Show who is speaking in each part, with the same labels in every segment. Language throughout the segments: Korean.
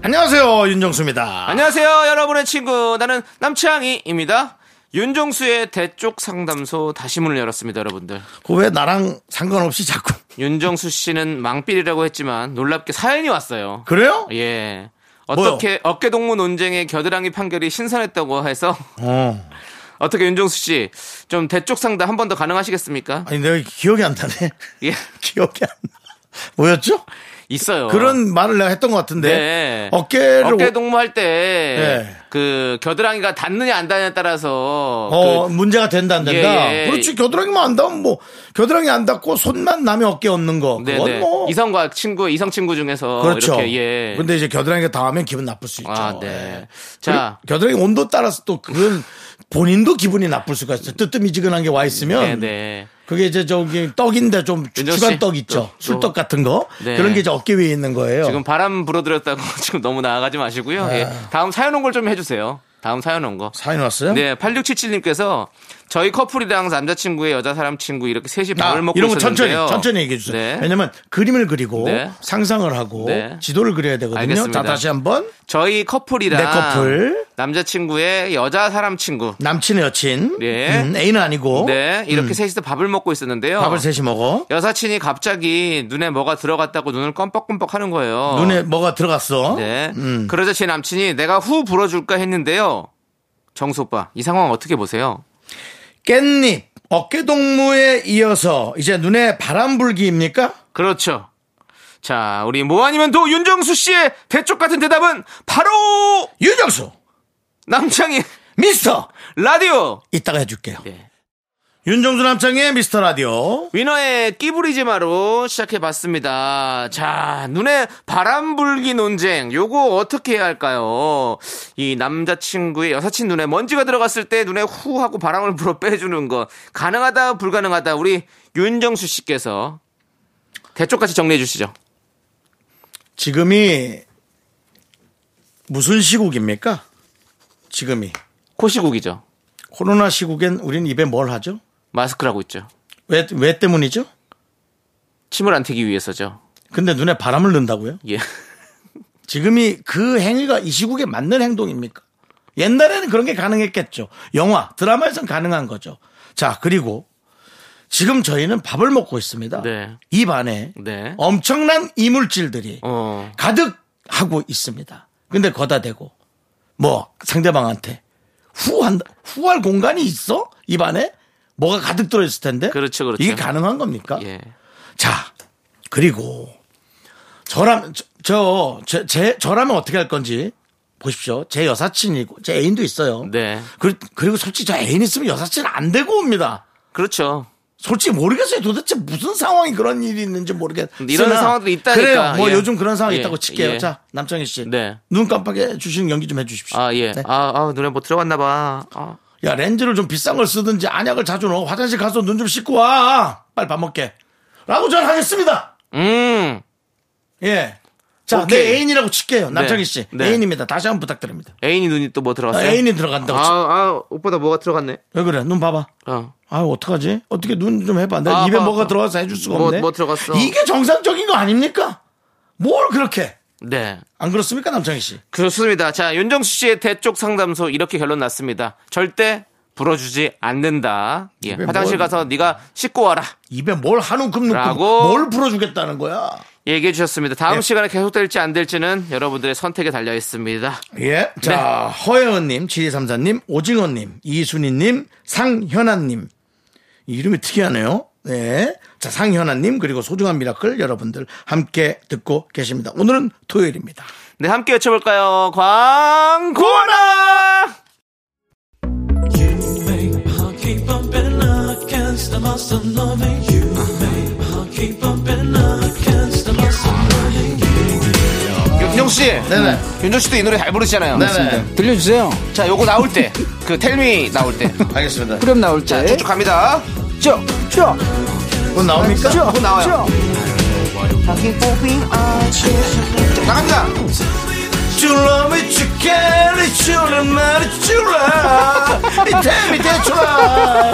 Speaker 1: 안녕하세요 윤정수입니다.
Speaker 2: 안녕하세요, 여러분의 친구. 나는 남창희입니다. 윤종수의 대쪽 상담소 다시 문을 열었습니다, 여러분들.
Speaker 1: 그왜 나랑 상관없이 자꾸
Speaker 2: 윤정수 씨는 망필이라고 했지만 놀랍게 사연이 왔어요.
Speaker 1: 그래요?
Speaker 2: 예. 어떻게 어깨 동무 논쟁의 겨드랑이 판결이 신선했다고 해서
Speaker 1: 어.
Speaker 2: 어떻게 윤정수 씨 좀 대쪽 상담 한 번 더 가능하시겠습니까?
Speaker 1: 아니 내가 기억이 안 나네.
Speaker 2: 예.
Speaker 1: 기억이 안 나. 뭐였죠?
Speaker 2: 있어요.
Speaker 1: 그런 말을 내가 했던 것 같은데
Speaker 2: 네.
Speaker 1: 어깨를
Speaker 2: 어깨
Speaker 1: 어깨
Speaker 2: 동무할 때
Speaker 1: 네.
Speaker 2: 그 겨드랑이가 닿느냐 안 닿느냐에 따라서
Speaker 1: 어 문제가 된다 안 된다.
Speaker 2: 그 예, 예.
Speaker 1: 그렇지 겨드랑이만 안 닿으면 뭐 겨드랑이 안 닿고 손만 남의 어깨 얹는 거
Speaker 2: 네,
Speaker 1: 그건
Speaker 2: 네.
Speaker 1: 뭐
Speaker 2: 이성과 친구, 이성 친구 중에서
Speaker 1: 그렇죠.
Speaker 2: 이렇게 예.
Speaker 1: 근데 이제 겨드랑이가 닿으면 기분 나쁠 수 있죠.
Speaker 2: 아, 네.
Speaker 1: 예.
Speaker 2: 자.
Speaker 1: 그리고 겨드랑이 온도 따라서 또 그건 본인도 기분이 나쁠 수가 있어요. 뜨뜻미지근한 게 와 있으면
Speaker 2: 네, 네.
Speaker 1: 그게 이제 저기 떡인데 좀 추-
Speaker 2: 윤정 씨,
Speaker 1: 추간 떡 있죠.
Speaker 2: 또, 또.
Speaker 1: 술떡 같은 거.
Speaker 2: 네.
Speaker 1: 그런 게 이제 어깨 위에 있는 거예요.
Speaker 2: 지금 바람 불어들였다고 지금 너무 나아가지 마시고요. 예. 다음 사연 온 걸 좀 해주세요. 다음 사연 온 거.
Speaker 1: 사인 왔어요?
Speaker 2: 네, 8677님께서 저희 커플이랑 남자친구의 여자 사람 친구 이렇게 셋이
Speaker 1: 아,
Speaker 2: 밥을 먹고
Speaker 1: 이런 거 천천히
Speaker 2: 있었는데요.
Speaker 1: 천천히 얘기해 주세요.
Speaker 2: 네.
Speaker 1: 왜냐면 그림을 그리고
Speaker 2: 네.
Speaker 1: 상상을 하고
Speaker 2: 네.
Speaker 1: 지도를 그려야 되거든요.
Speaker 2: 알겠습니다.
Speaker 1: 자 다시 한번
Speaker 2: 저희 커플이랑
Speaker 1: 내 커플.
Speaker 2: 남자친구의 여자 사람 친구.
Speaker 1: 남친의 여친,
Speaker 2: 예.
Speaker 1: 음, 애인은 아니고
Speaker 2: 네, 이렇게 셋이서 밥을 먹고 있었는데요.
Speaker 1: 음. 밥을 셋이 먹어.
Speaker 2: 여사친이 갑자기 눈에 뭐가 들어갔다고 눈을 껌뻑껌뻑 하는 거예요.
Speaker 1: 눈에 뭐가 들어갔어.
Speaker 2: 어. 네.
Speaker 1: 음.
Speaker 2: 그러자 제 남친이 내가 후 불어줄까 했는데요. 정수 오빠, 이 상황 어떻게 보세요?
Speaker 1: 깻잎 어깨 동무에 이어서 이제 눈에 바람 불기입니까?
Speaker 2: 그렇죠. 자, 우리 뭐 아니면 도 윤정수 씨의 대쪽 같은 대답은 바로
Speaker 1: 윤정수
Speaker 2: 남창희
Speaker 1: 미스터
Speaker 2: 라디오.
Speaker 1: 이따가 해줄게요.
Speaker 2: 네.
Speaker 1: 윤정수 남창의 미스터 라디오.
Speaker 2: 위너의 끼부리지 마로 시작해봤습니다. 자, 눈에 바람 불기 논쟁. 요거 어떻게 해야 할까요? 이 남자친구의 여사친 눈에 먼지가 들어갔을 때 눈에 후 하고 바람을 불어 빼주는 거. 가능하다, 불가능하다. 우리 윤정수 씨께서 대쪽같이 정리해 주시죠.
Speaker 1: 지금이 무슨 시국입니까? 지금이
Speaker 2: 코시국이죠.
Speaker 1: 코로나 시국엔 우린 입에 뭘 하죠?
Speaker 2: 마스크라고 있죠.
Speaker 1: 왜, 왜 때문이죠?
Speaker 2: 침을 안 튀기 위해서죠.
Speaker 1: 근데 눈에 바람을 넣는다고요?
Speaker 2: 예.
Speaker 1: 지금이 그 행위가 이 시국에 맞는 행동입니까? 옛날에는 그런 게 가능했겠죠. 영화, 드라마에선 가능한 거죠. 자, 그리고 지금 저희는 밥을 먹고 있습니다.
Speaker 2: 네.
Speaker 1: 입 안에
Speaker 2: 네.
Speaker 1: 엄청난 이물질들이
Speaker 2: 어.
Speaker 1: 가득 하고 있습니다. 근데 거다 대고 뭐 상대방한테 후한 후할 공간이 있어 입 안에 뭐가 가득 들어 있을 텐데
Speaker 2: 그렇죠, 그렇죠.
Speaker 1: 이게 가능한 겁니까?
Speaker 2: 예.
Speaker 1: 자 그리고 저라면 저제 저라면 어떻게 할 건지 보십시오. 제 여사친이고 제 애인도 있어요.
Speaker 2: 네.
Speaker 1: 그, 그리고 솔직히 저 애인 있으면 여사친 안 되고 옵니다.
Speaker 2: 그렇죠.
Speaker 1: 솔직히 모르겠어요. 도대체 무슨 상황이 그런 일이 있는지 모르겠.
Speaker 2: 근데 이런 상황들이 있다니까.
Speaker 1: 그래요. 뭐
Speaker 2: 예.
Speaker 1: 요즘 그런 상황이
Speaker 2: 예.
Speaker 1: 있다고 칠게요.
Speaker 2: 예.
Speaker 1: 자, 남창희 씨.
Speaker 2: 네.
Speaker 1: 눈 깜빡해 주시는 연기 좀 해주십시오.
Speaker 2: 아, 예.
Speaker 1: 네.
Speaker 2: 아, 아, 눈에 뭐 들어갔나 봐. 아.
Speaker 1: 야 렌즈를 좀 비싼 걸 쓰든지 안약을 자주 넣어 화장실 가서 눈 좀 씻고 와. 빨리 밥 먹게. 라고 전 하겠습니다.
Speaker 2: 음.
Speaker 1: 예. 자,
Speaker 2: 오케이.
Speaker 1: 내 애인이라고 칠게요. 남창희 씨.
Speaker 2: 네.
Speaker 1: 애인입니다. 다시 한번 부탁드립니다.
Speaker 2: 애인이 눈이 또 뭐
Speaker 1: 아,
Speaker 2: 들어갔어요?
Speaker 1: 애인이 들어간다고.
Speaker 2: 아,
Speaker 1: 치-
Speaker 2: 아, 오빠다 뭐가 들어갔네.
Speaker 1: 왜 그래? 눈 봐봐.
Speaker 2: 어.
Speaker 1: 아 어떡하지? 어떻게 눈 좀 해봐. 내가
Speaker 2: 아,
Speaker 1: 입에
Speaker 2: 봐,
Speaker 1: 뭐가
Speaker 2: 봐.
Speaker 1: 들어가서 해줄 수가
Speaker 2: 뭐,
Speaker 1: 없네.
Speaker 2: 뭐 들어갔어?
Speaker 1: 이게 정상적인 거 아닙니까? 뭘 그렇게.
Speaker 2: 네.
Speaker 1: 안 그렇습니까, 남창희 씨?
Speaker 2: 그렇습니다. 자, 윤정수 씨의 대쪽 상담소 이렇게 결론 났습니다. 절대 불어주지 않는다. 예.
Speaker 1: 왜
Speaker 2: 화장실
Speaker 1: 뭘-
Speaker 2: 가서 네가 씻고 와라.
Speaker 1: 입에 뭘 한우 금는
Speaker 2: 라고.
Speaker 1: 뭘 풀어주겠다는 거야?
Speaker 2: 얘기해 주셨습니다. 다음
Speaker 1: 예.
Speaker 2: 시간에 계속될지 안 될지는 여러분들의 선택에 달려 있습니다.
Speaker 1: 예. 자,
Speaker 2: 네.
Speaker 1: 허혜원님, 7234님, 오징어님, 이순희님, 상현아님. 이 이름이 특이하네요. 네. 자, 상현아님, 그리고 소중한 미라클 여러분들 함께 듣고 계십니다. 오늘은 토요일입니다.
Speaker 2: 네, 함께 외쳐볼까요? 광고나!
Speaker 1: 윤정수
Speaker 2: 씨.
Speaker 1: 네네.
Speaker 2: 윤종 씨도 이 노래 잘 부르시잖아요.
Speaker 1: 네네.
Speaker 3: 들려주세요.
Speaker 2: 자, 요거 나올 때. 그 텔미 나올 때.
Speaker 1: 알겠습니다.
Speaker 3: 뿌렴 나올 때.
Speaker 2: 쭉쭉 갑니다.
Speaker 3: 쭉, 쭉,
Speaker 1: 곧 나옵니까?
Speaker 3: 쭉,
Speaker 2: 쭉 나와요. 나갑니다.
Speaker 1: You love me, you care, you love me, you love. 이 템이 대출아.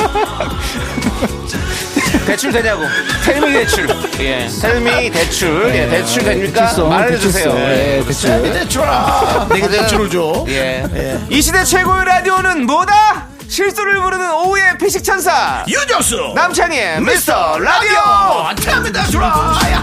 Speaker 2: 대출 되냐고. 텔미 대출. 예. 텔미 대출. 예, 대출 됩니까?
Speaker 3: 성
Speaker 2: 말해주세요.
Speaker 3: 예, 그쵸.
Speaker 1: 이 대출아. 내가 대출을 줘.
Speaker 2: 네, 예. 이 시대 최고의 라디오는 뭐다? 실수를 부르는 오후의 피식천사.
Speaker 1: 유정수.
Speaker 2: 남창희의 미스터 라디오!
Speaker 1: 라디오. 템이 대출아. 야.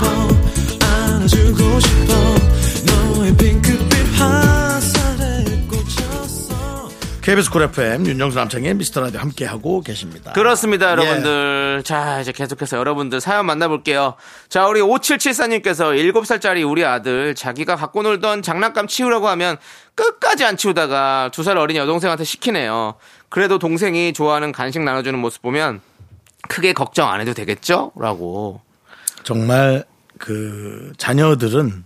Speaker 1: KBS 쿨 FM 윤정수 남창의 미스터 라디오 함께하고 계십니다.
Speaker 2: 그렇습니다,
Speaker 1: 예.
Speaker 2: 여러분들. 자, 이제 계속해서 여러분들 사연 만나볼게요. 자, 우리 5774님께서 7살짜리 우리 아들 자기가 갖고 놀던 장난감 치우라고 하면 끝까지 안 치우다가 2살 어린 여동생한테 시키네요. 그래도 동생이 좋아하는 간식 나눠주는 모습 보면 크게 걱정 안 해도 되겠죠? 라고.
Speaker 1: 정말 그 자녀들은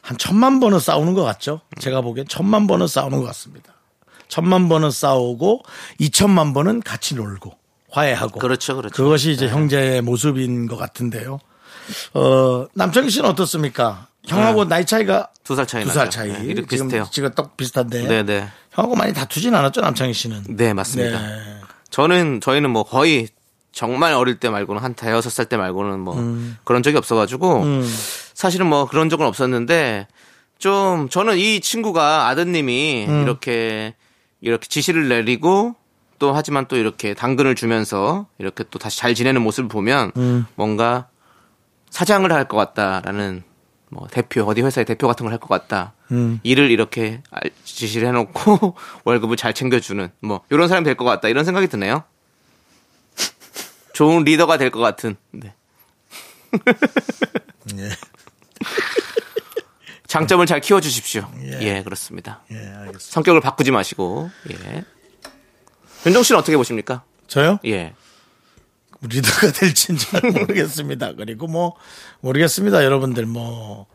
Speaker 1: 한 천만 번은 싸우는 것 같죠? 제가 보기엔 천만 번은 싸우는 것 같습니다. 천만 번은 싸우고 이천만 번은 같이 놀고 화해하고
Speaker 2: 그렇죠, 그렇죠.
Speaker 1: 그것이 이제 형제의 모습인 것 같은데요. 어, 남창희 씨는 어떻습니까? 형하고 나이 차이가
Speaker 2: 네. 두 살 차이
Speaker 1: 두 살
Speaker 2: 나죠.
Speaker 1: 차이.
Speaker 2: 네, 이렇게
Speaker 1: 지금
Speaker 2: 비슷해요.
Speaker 1: 지금 딱 비슷한데.
Speaker 2: 네네.
Speaker 1: 형하고 많이 다투진 않았죠, 남창희 씨는.
Speaker 2: 네, 맞습니다.
Speaker 1: 네.
Speaker 2: 저는 저희는 뭐 거의 정말 어릴 때 말고는 한 대여섯 살 때 말고는 뭐 그런 적이 없어가지고 사실은 뭐 그런 적은 없었는데 좀 저는 이 친구가 아드님이 이렇게 이렇게 지시를 내리고 또 하지만 또 이렇게 당근을 주면서 이렇게 또 다시 잘 지내는 모습을 보면 뭔가 사장을 할 것 같다라는 뭐 대표 어디 회사의 대표 같은 걸 할 것 같다. 일을 이렇게 알- 지시를 해놓고 월급을 잘 챙겨주는 뭐 이런 사람이 될 것 같다 이런 생각이 드네요. 좋은 리더가 될 것 같은. 네.
Speaker 1: 예.
Speaker 2: 장점을 잘 키워주십시오. 예, 그렇습니다.
Speaker 1: 예, 알겠습니다.
Speaker 2: 성격을 바꾸지 마시고. 예. 윤종 씨는 어떻게 보십니까?
Speaker 1: 저요?
Speaker 2: 예.
Speaker 1: 리더가 될지는 잘 모르겠습니다. 그리고 뭐 모르겠습니다. 여러분들 뭐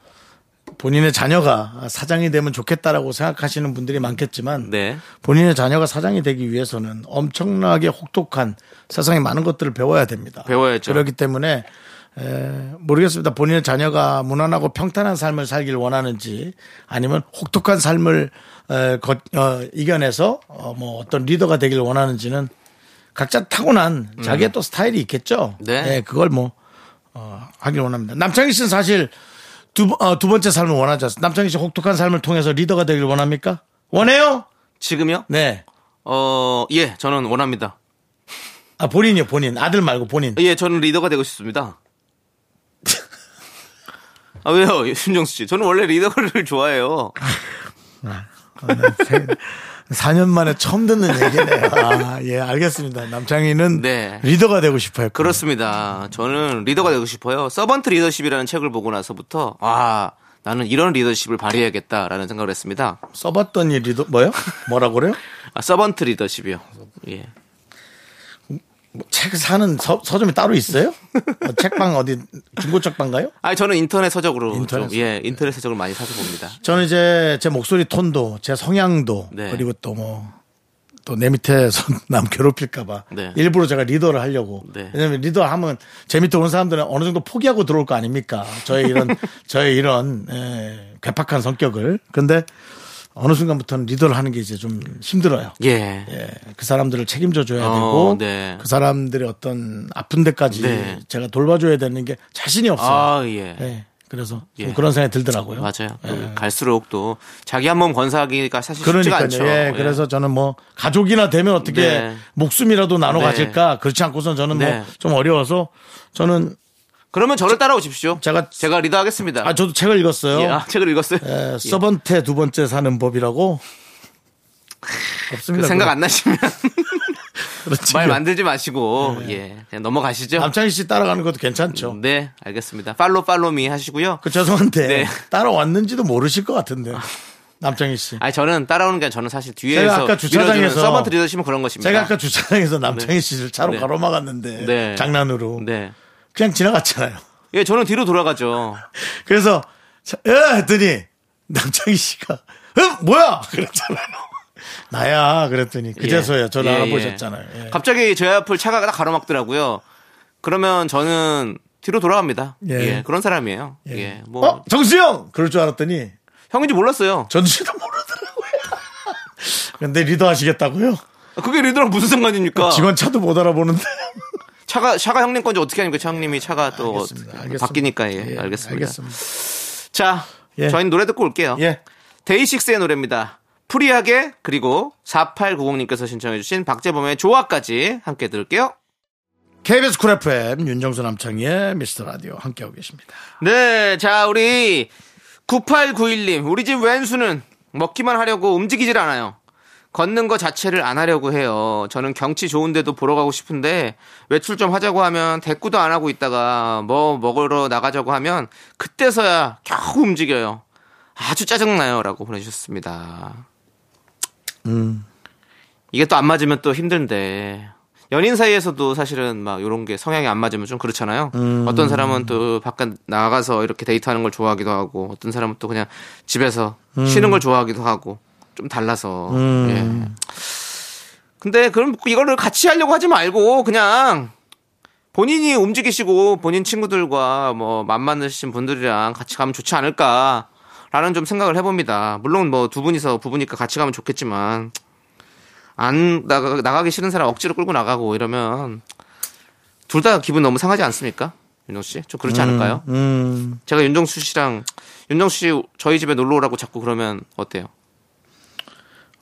Speaker 1: 본인의 자녀가 사장이 되면 좋겠다라고 생각하시는 분들이 많겠지만
Speaker 2: 네.
Speaker 1: 본인의 자녀가 사장이 되기 위해서는 엄청나게 혹독한 세상에 많은 것들을 배워야 됩니다.
Speaker 2: 배워야죠.
Speaker 1: 그렇기 때문에 에, 모르겠습니다. 본인의 자녀가 무난하고 평탄한 삶을 살길 원하는지 아니면 혹독한 삶을 에, 거- 어, 이겨내서 어, 뭐 어떤 리더가 되길 원하는지는 각자 타고난 자기의 또 스타일이 있겠죠.
Speaker 2: 음. 네.
Speaker 1: 예, 그걸 뭐 어, 하길 원합니다. 남창희 씨는 사실 두, 번- 어, 두 번째 삶을 원하지 않습니다. 남창희 씨 혹독한 삶을 통해서 리더가 되길 원합니까? 원해요?
Speaker 2: 지금요?
Speaker 1: 네.
Speaker 2: 어, 예, 저는 원합니다.
Speaker 1: 아 본인이요 본인 아들 말고 본인
Speaker 2: 예, 저는 리더가 되고 싶습니다. 아, 왜요? 윤정수 씨. 저는 원래 리더를 좋아해요.
Speaker 1: 4년 만에 처음 듣는 얘기네요 아, 예 알겠습니다 남창희는
Speaker 2: 네.
Speaker 1: 리더가 되고 싶어요
Speaker 2: 그렇습니다. 저는 리더가 되고 싶어요. 서번트 리더십이라는 책을 보고 나서부터, 아, 나는 이런 리더십을 발휘해야겠다라는 생각을 했습니다.
Speaker 1: 써봤더니 리더 뭐요 뭐라고 그래요
Speaker 2: 아, 서번트 리더십이요. 예.
Speaker 1: 뭐책 사는 서, 서점이 따로 있어요 어, 책방 어디 중고책방가요
Speaker 2: 아, 저는 인터넷 서적으로
Speaker 1: 인터넷
Speaker 2: 좀, 예, 인터넷 서적을 많이 사서 봅니다.
Speaker 1: 저는 이제 제 목소리 톤도 제 성향도
Speaker 2: 네.
Speaker 1: 그리고 또 뭐 또 내 밑에서 남 괴롭힐까봐
Speaker 2: 네.
Speaker 1: 일부러 제가 리더를 하려고
Speaker 2: 네.
Speaker 1: 왜냐면 리더 하면 제 밑에 오는 사람들은 어느 정도 포기하고 들어올 거 아닙니까 저의 이런 저의 이런 에, 괴팍한 성격을 근데 어느 순간부터는 리더를 하는 게 이제 좀 힘들어요
Speaker 2: 예.
Speaker 1: 예, 그 사람들을 책임져 줘야
Speaker 2: 어,
Speaker 1: 되고
Speaker 2: 네.
Speaker 1: 그 사람들의 어떤 아픈 데까지
Speaker 2: 네.
Speaker 1: 제가 돌봐줘야 되는 게 자신이 없어요
Speaker 2: 아, 예.
Speaker 1: 예, 그래서 좀
Speaker 2: 예.
Speaker 1: 그런 생각이 들더라고요
Speaker 2: 맞아요. 또 갈수록 또 자기 한 몸 건사하기가 사실 쉽지가
Speaker 1: 그러니까요.
Speaker 2: 않죠.
Speaker 1: 예, 그래서 저는 뭐 가족이나 되면 어떻게
Speaker 2: 네.
Speaker 1: 목숨이라도 나눠
Speaker 2: 네.
Speaker 1: 가질까 그렇지 않고선 저는
Speaker 2: 네.
Speaker 1: 뭐 좀 어려워서 저는
Speaker 2: 그러면 저를 따라오십시오.
Speaker 1: 제가-
Speaker 2: 제가 리더하겠습니다.
Speaker 1: 아 저도 책을 읽었어요.
Speaker 2: 예, 아, 책을 읽었어요.
Speaker 1: 에, 서번테 두 번째 사는 법이라고
Speaker 2: 그
Speaker 1: 없습니다.
Speaker 2: 생각 안 나시면
Speaker 1: 그렇지.
Speaker 2: 말 만들지 마시고 예 그냥 넘어가시죠.
Speaker 1: 예. 남창희 씨 따라가는 것도 괜찮죠.
Speaker 2: 네 알겠습니다. 팔로 팔로미 하시고요.
Speaker 1: 그 죄송한데
Speaker 2: 네. 아.
Speaker 1: 따라왔는지도 모르실 것 같은데 남창희 씨.
Speaker 2: 아니 저는 따라오는 게 아니라 저는 사실 뒤에서
Speaker 1: 제가 아까 주차장에서-
Speaker 2: 밀어주는 서번트 리더십은 그런 것입니다.
Speaker 1: 제가 아까 주차장에서 남창희 씨를 차로
Speaker 2: 네.
Speaker 1: 가로막았는데
Speaker 2: 네.
Speaker 1: 장난으로
Speaker 2: 네.
Speaker 1: 그냥 지나갔잖아요.
Speaker 2: 예, 저는 뒤로 돌아가죠.
Speaker 1: 그래서 자, 예 했더니 남창희 씨가 응 뭐야 그랬잖아요. 나야 그랬더니 그제서야 저를
Speaker 2: 예,
Speaker 1: 알아보셨잖아요.
Speaker 2: 예.
Speaker 1: 예.
Speaker 2: 갑자기 제 앞을 차가 딱 가로막더라고요. 그러면 저는 뒤로 돌아갑니다.
Speaker 1: 예.
Speaker 2: 예. 그런 사람이에요. 예. 뭐
Speaker 1: 어 정수영 그럴 줄 알았더니
Speaker 2: 형인지 몰랐어요.
Speaker 1: 전씨도 모르더라고요. 근데 리더 하시겠다고요?
Speaker 2: 그게 리더랑 무슨 상관입니까?
Speaker 1: 직원 차도 못 알아보는데.
Speaker 2: 차가 차가 형님 건지 어떻게 하니까 형님이 차가 또
Speaker 1: 알겠습니다.
Speaker 2: 어떻게-
Speaker 1: 알겠습니다.
Speaker 2: 바뀌니까 예,
Speaker 1: 예,
Speaker 2: 알겠습니다.
Speaker 1: 알겠습니다.
Speaker 2: 자,
Speaker 1: 예.
Speaker 2: 저희는 노래 듣고 올게요.
Speaker 1: 예.
Speaker 2: 데이식스의 노래입니다. 프리하게 그리고 4890님께서 신청해주신 박재범의 조화까지 함께 들을게요.
Speaker 1: KBS 쿨 FM 윤정수 남창희의 미스터 라디오 함께하고 계십니다.
Speaker 2: 네, 자 우리 9891님 우리 집 왼수는 먹기만 하려고 움직이질 않아요. 걷는 거 자체를 안 하려고 해요. 저는 경치 좋은데도 보러 가고 싶은데 외출 좀 하자고 하면 대꾸도 안 하고 있다가 뭐 먹으러 나가자고 하면 그때서야 겨우 움직여요. 아주 짜증나요라고 보내주셨습니다. 이게 또 안 맞으면 또 힘든데 연인 사이에서도 사실은 막 이런 게 성향이 안 맞으면 좀 그렇잖아요. 어떤 사람은 또 밖에 나가서 이렇게 데이트하는 걸 좋아하기도 하고 어떤 사람은 또 그냥 집에서 쉬는 걸 좋아하기도 하고 좀 달라서. 예. 근데 그럼 이거를 같이 하려고 하지 말고 그냥 본인이 움직이시고 본인 친구들과 뭐 만만하신 분들이랑 같이 가면 좋지 않을까. 라는 좀 생각을 해봅니다. 물론 뭐 두 분이서 부부니까 같이 가면 좋겠지만 안 나가, 나가기 싫은 사람 억지로 끌고 나가고 이러면 둘 다 기분 너무 상하지 않습니까? 윤정 씨? 좀 그렇지 않을까요?
Speaker 1: 음,
Speaker 2: 제가 윤정수 씨랑 윤정수 씨 저희 집에 놀러 오라고 자꾸 그러면 어때요?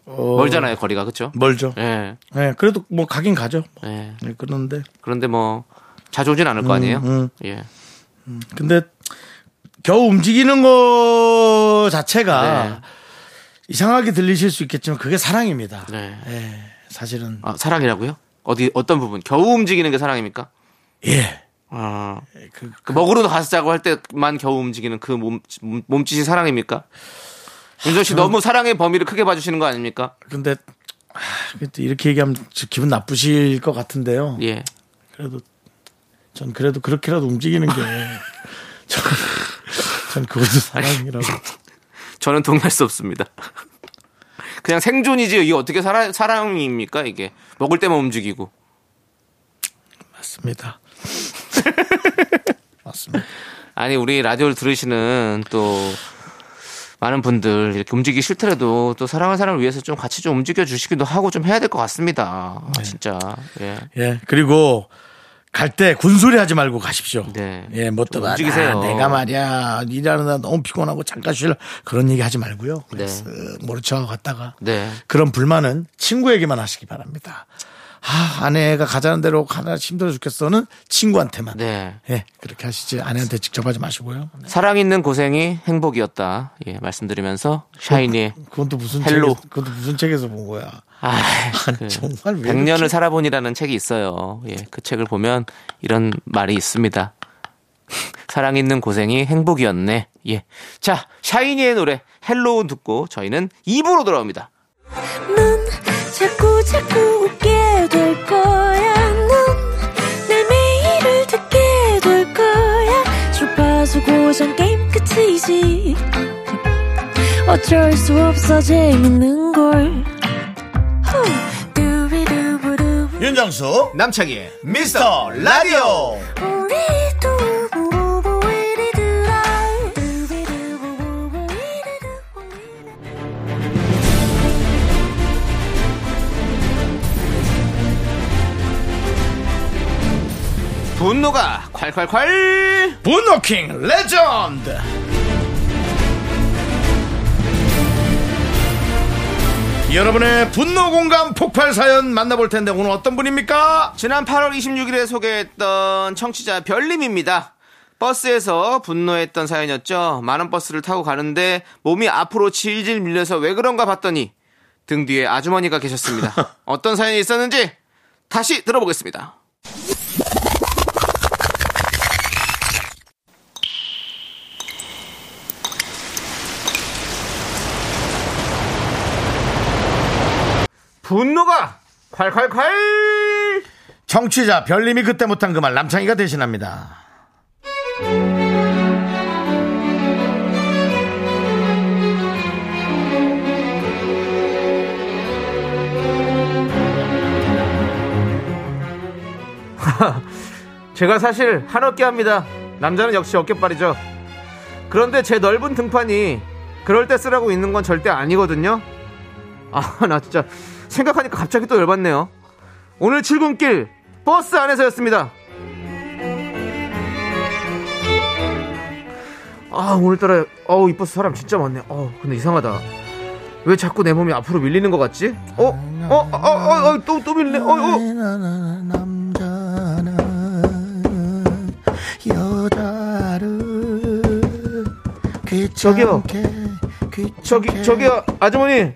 Speaker 1: 어,
Speaker 2: 멀잖아요, 거리가. 그렇죠?
Speaker 1: 멀죠.
Speaker 2: 예.
Speaker 1: 예, 그래도 뭐 가긴 가죠. 뭐.
Speaker 2: 예.
Speaker 1: 예, 그런데
Speaker 2: 그런데 뭐 자주 오진
Speaker 1: 음,
Speaker 2: 않을 거 아니에요? 예.
Speaker 1: 근데 겨우 움직이는 거
Speaker 2: 네.
Speaker 1: 자체가 이상하게 들리실 수 있겠지만 그게 사랑입니다.
Speaker 2: 네.
Speaker 1: 예, 사실은
Speaker 2: 아, 사랑이라고요? 어디 어떤 부분? 겨우 움직이는 게 사랑입니까?
Speaker 1: 예.
Speaker 2: 아.
Speaker 1: 그,
Speaker 2: 그 먹으러 가자고 할 때만 겨우 움직이는 그 몸, 몸- 몸짓이 사랑입니까? 윤정 씨 너무 사랑의 범위를 크게 봐주시는 거 아닙니까?
Speaker 1: 근데 아, 또 이렇게 얘기하면 저 기분 나쁘실 것 같은데요.
Speaker 2: 예.
Speaker 1: 그래도 전 그래도 그렇게라도 움직이는 게 전, 전 그것도 사랑이라고.
Speaker 2: 저는 동의할 수 없습니다. 그냥 생존이지 이게 어떻게 사랑, 사랑입니까 이게 먹을 때만 움직이고
Speaker 1: 맞습니다. 맞습니다.
Speaker 2: 아니 우리 라디오를 들으시는 또 많은 분들 이렇게 움직이기 싫더라도 또 사랑하는 사람을 위해서 좀 같이 좀 움직여 주시기도 하고 좀 해야 될 것 같습니다 아, 진짜 예.
Speaker 1: 예. 그리고 갈 때 군소리 하지 말고 가십시오.
Speaker 2: 네.
Speaker 1: 예, 뭐 또,
Speaker 2: 좀 움직이세요.
Speaker 1: 아, 내가 말이야. 일하느라 너무 피곤하고 잠깐 쉴 그런 얘기 하지 말고요. 그냥
Speaker 2: 네.
Speaker 1: 쓱 모른 척 갔다가.
Speaker 2: 네.
Speaker 1: 그런 불만은 친구에게만 하시기 바랍니다. 아, 아내가 가자는 대로 가다 힘들어 죽겠어는 친구한테만.
Speaker 2: 네.
Speaker 1: 예, 그렇게 하시지. 아내한테 직접 하지 마시고요. 네.
Speaker 2: 사랑 있는 고생이 행복이었다 예, 말씀드리면서 샤이니의
Speaker 1: 그건 또 무슨
Speaker 2: 헬로.
Speaker 1: 책에서, 그건 또 무슨 책에서 본 거야.
Speaker 2: 아,
Speaker 1: 아니, 정말 왜
Speaker 2: 100년을
Speaker 1: 이렇게-
Speaker 2: 살아보니라는 책이 있어요. 예, 그 책을 보면 이런 말이 있습니다. 사랑 있는 고생이 행복이었네. 예. 자, 샤이니의 노래 헬로우 듣고 저희는 2부로 돌아옵니다.
Speaker 3: 넌 자꾸 자꾸 웃게 될 거야. 넌내 매일을 듣게 될 거야. 주파수 고정 게임 끝이지. 어쩔 수 없어 재밌는 걸. 후. 두비두부두부.
Speaker 1: 윤정수 남창희의 미스터 라디오
Speaker 3: 우리 두부부부 우리 두라. 두비두부부부 우리 두부 우리 두부.
Speaker 2: 분노가 콸콸콸!
Speaker 1: 분노킹 레전드 여러분의 분노 공감 폭발 사연 만나볼 텐데 오늘 어떤 분입니까?
Speaker 2: 지난 8월 26일에 소개했던 청취자 별님입니다. 버스에서 분노했던 사연이었죠. 많은 버스를 타고 가는데 몸이 앞으로 질질 밀려서 왜 그런가 봤더니 등 뒤에 아주머니가 계셨습니다. 어떤 사연이 있었는지 다시 들어보겠습니다. 분노가 콸콸콸!
Speaker 1: 정취자 별님이 그때 못한 그 말 남창희가 대신합니다
Speaker 2: 제가 사실 한 어깨 합니다. 남자는 역시 어깨빨이죠. 그런데 제 넓은 등판이 그럴 때 쓰라고 있는 건 절대 아니거든요. 아, 나 진짜 생각하니까 갑자기 또 열받네요. 오늘 출근길 버스 안에서였습니다. 아, 오늘따라 어우, 이 버스 사람 진짜 많네. 어, 근데 이상하다. 왜 자꾸 내 몸이 앞으로 밀리는 것 같지? 어? 어? 어? 어? 어? 또, 또 밀리네. 어? 어?
Speaker 4: 남자는 여자를 귀찮게
Speaker 2: 저기요.
Speaker 4: 귀찮게
Speaker 2: 저기 저기요 아주머니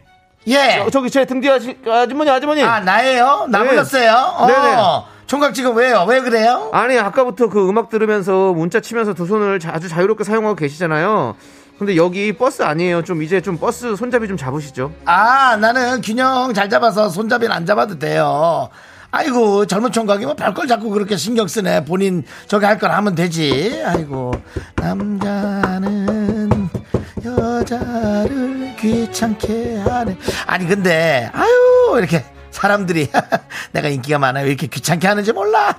Speaker 1: 예.
Speaker 2: 저, 저기 제 등 뒤에 아시, 아주머니 네. 아주머니
Speaker 1: 아 나예요? 나
Speaker 2: 네.
Speaker 1: 불렀어요? 어.
Speaker 2: 네네.
Speaker 1: 총각 지금 왜요? 왜 그래요?
Speaker 2: 아니 아까부터 그 음악 들으면서 문자 치면서 두 손을 자- 아주 자유롭게 사용하고 계시잖아요 근데 여기 버스 아니에요 좀 이제 좀 버스 손잡이 좀 잡으시죠
Speaker 1: 아 나는 균형 잘 잡아서 손잡이는 안 잡아도 돼요. 아이고 젊은 총각이 뭐 별걸 자꾸 그렇게 신경 쓰네. 본인 저기 할 건 하면 되지. 아이고 남자는 여자를 귀찮게 하네. 아니 근데 아유 이렇게 사람들이 내가 인기가 많아요. 왜 이렇게 귀찮게 하는지 몰라.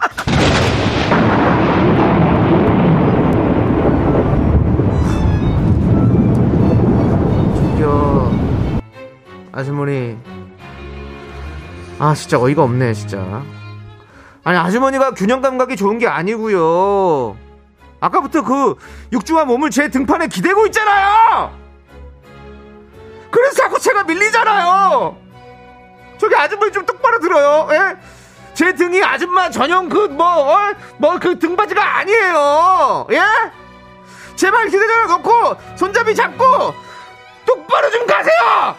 Speaker 2: 저 아주머니 아 진짜 어이가 없네 진짜 아니 아주머니가 균형 감각이 좋은 게 아니고요 아까부터 그 육중한 몸을 제 등판에 기대고 있잖아요 그래서 자꾸 제가 밀리잖아요 저기 아주머니 좀 똑바로 들어요 예? 제 등이 아줌마 전용 그 뭐, 어? 그뭐뭐그 등받이가 아니에요 예? 제발 기대전에 놓고 손잡이 잡고 똑바로 좀 가세요!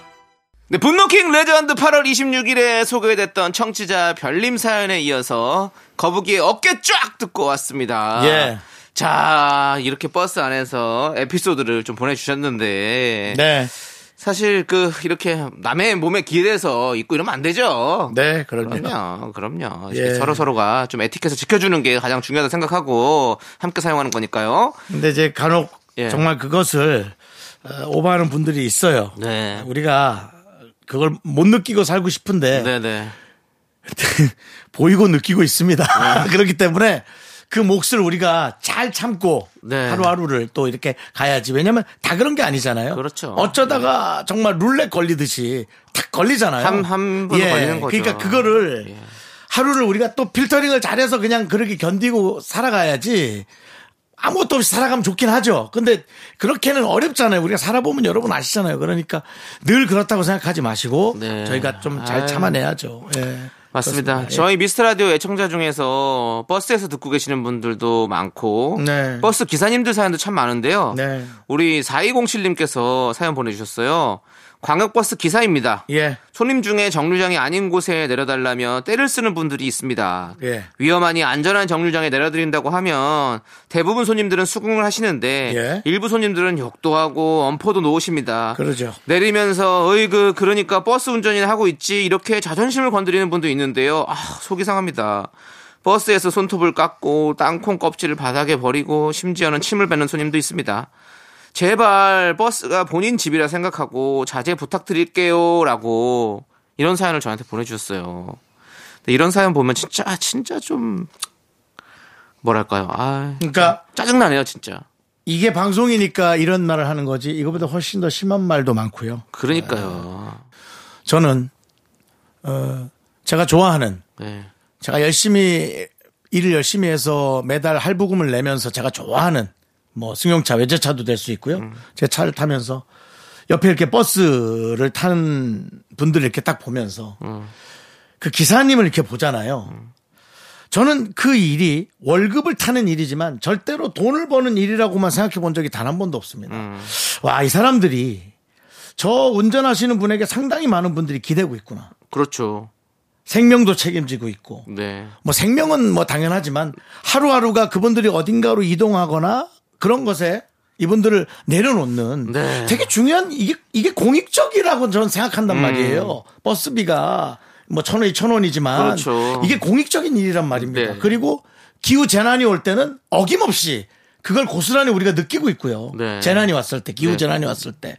Speaker 5: 네, 분노킹 레전드 8월 26일에 소개됐던 청취자 별림 사연에 이어서 거북이의 어깨 쫙 듣고 왔습니다.
Speaker 1: 예.
Speaker 5: 자, 이렇게 버스 안에서 에피소드를 좀 보내주셨는데.
Speaker 1: 네,
Speaker 5: 사실 그, 이렇게 남의 몸에 기대서 입고 이러면 안 되죠.
Speaker 1: 네
Speaker 5: 그럼요, 그럼요.
Speaker 1: 예.
Speaker 5: 서로 서로가 좀 에티켓을 지켜주는 게 가장 중요하다 생각하고 함께 사용하는 거니까요.
Speaker 1: 근데 이제 간혹
Speaker 5: 예.
Speaker 1: 정말 그것을 어, 오버하는 분들이 있어요.
Speaker 5: 네.
Speaker 1: 우리가 그걸 못 느끼고 살고 싶은데
Speaker 5: 네네.
Speaker 1: 보이고 느끼고 있습니다.
Speaker 5: 네.
Speaker 1: 그렇기 때문에 그 몫을 우리가 잘 참고
Speaker 5: 네.
Speaker 1: 하루하루를 또 이렇게 가야지. 왜냐면 다 그런 게 아니잖아요.
Speaker 5: 그렇죠.
Speaker 1: 어쩌다가 정말 룰렛 걸리듯이 탁 걸리잖아요.
Speaker 5: 한- 한 번은 걸리는 거죠. 예.
Speaker 1: 그러니까 그거를 하루를 우리가 또 필터링을 잘해서 그냥 그렇게 견디고 살아가야지. 아무것도 없이 살아가면 좋긴 하죠. 근데 그렇게는 어렵잖아요. 우리가 살아보면 여러분 아시잖아요. 그러니까 늘 그렇다고 생각하지 마시고
Speaker 5: 네.
Speaker 1: 저희가 좀 잘
Speaker 5: 아유.
Speaker 1: 참아내야죠. 예.
Speaker 5: 맞습니다.
Speaker 1: 그렇습니다. 예.
Speaker 5: 저희 미스터 라디오 애청자 중에서 버스에서 듣고 계시는 분들도 많고
Speaker 1: 네.
Speaker 5: 버스 기사님들 사연도 참 많은데요.
Speaker 1: 네.
Speaker 5: 우리 4207님께서 사연 보내주셨어요. 광역버스 기사입니다.
Speaker 1: 예.
Speaker 5: 손님 중에 정류장이 아닌 곳에 내려달라며 때를 쓰는 분들이 있습니다.
Speaker 1: 예.
Speaker 5: 위험하니 안전한 정류장에 내려드린다고 하면 대부분 손님들은 수긍을 하시는데
Speaker 1: 예.
Speaker 5: 일부 손님들은 욕도 하고 엄포도 놓으십니다.
Speaker 1: 그러죠.
Speaker 5: 내리면서 어이그 그러니까 버스 운전이나 하고 있지 이렇게 자존심을 건드리는 분도 있는데요. 아, 속이 상합니다. 버스에서 손톱을 깎고 땅콩 껍질을 바닥에 버리고 심지어는 침을 뱉는 손님도 있습니다. 제발 버스가 본인 집이라 생각하고 자제 부탁드릴게요라고 이런 사연을 저한테 보내주셨어요. 근데 이런 사연 보면 진짜 진짜 좀 뭐랄까요? 아
Speaker 1: 그러니까
Speaker 5: 짜증 나네요 진짜.
Speaker 1: 이게 방송이니까 이런 말을 하는 거지 이거보다 훨씬 더 심한 말도 많고요. 아,
Speaker 5: 그러니까요.
Speaker 1: 저는 어 제가 좋아하는
Speaker 5: 네.
Speaker 1: 제가 열심히 일을 열심히 해서 매달 할부금을 내면서 제가 좋아하는 뭐 승용차 외제차도 될 수 있고요.
Speaker 5: 음.
Speaker 1: 제 차를 타면서 옆에 이렇게 버스를 타는 분들 이렇게 딱 보면서
Speaker 5: 음.
Speaker 1: 그 기사님을 이렇게 보잖아요. 저는 그 일이 월급을 타는 일이지만 절대로 돈을 버는 일이라고만 생각해 본 적이 단 한 번도 없습니다.
Speaker 5: 음.
Speaker 1: 와, 이 사람들이 저 운전하시는 분에게 상당히 많은 분들이 기대고 있구나.
Speaker 5: 그렇죠.
Speaker 1: 생명도 책임지고 있고
Speaker 5: 네.
Speaker 1: 뭐 생명은 뭐 당연하지만 하루하루가 그분들이 어딘가로 이동하거나 그런 것에 이분들을 내려놓는
Speaker 5: 네.
Speaker 1: 되게 중요한 이게 이게 공익적이라고 저는
Speaker 5: 음.
Speaker 1: 생각한단 말이에요. 버스비가 뭐천 원이 천 원이지만
Speaker 5: 그렇죠.
Speaker 1: 이게 공익적인 일이란 말입니다.
Speaker 5: 네.
Speaker 1: 그리고 기후 재난이 올 때는 어김없이 그걸 고스란히 우리가 느끼고 있고요.
Speaker 5: 네.
Speaker 1: 재난이 왔을 때 기후
Speaker 5: 네.
Speaker 1: 재난이 왔을 때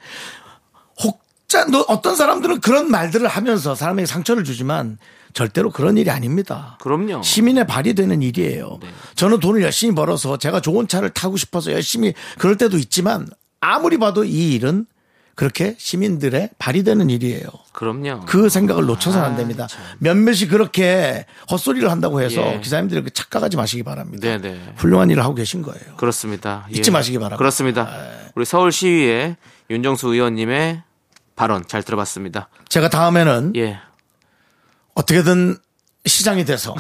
Speaker 1: 혹자 너 어떤 사람들은 그런 말들을 하면서 사람에게 상처를 주지만 절대로 그런 일이 아닙니다.
Speaker 5: 그럼요. 네.
Speaker 1: 시민의 발이 되는 일이에요. 저는 돈을 열심히 벌어서 제가 좋은 차를 타고 싶어서 열심히 그럴 때도 있지만 아무리 봐도 이 일은 그렇게 시민들의 발이 되는 일이에요.
Speaker 5: 그럼요. 아,
Speaker 1: 그 생각을 놓쳐서는 안 됩니다. 몇몇이 그렇게 헛소리를 한다고 해서
Speaker 5: 예.
Speaker 1: 기사님들이 그 착각하지 마시기 바랍니다.
Speaker 5: 네네.
Speaker 1: 훌륭한 일을 하고 계신 거예요.
Speaker 5: 그렇습니다.
Speaker 1: 아. 잊지 마시기 바랍니다. 아, 예.
Speaker 5: 그렇습니다. 우리 서울시의회 윤정수 의원님의 발언 잘 들어봤습니다.
Speaker 1: 제가 다음에는
Speaker 5: 예.
Speaker 1: 어떻게든 시장이 돼서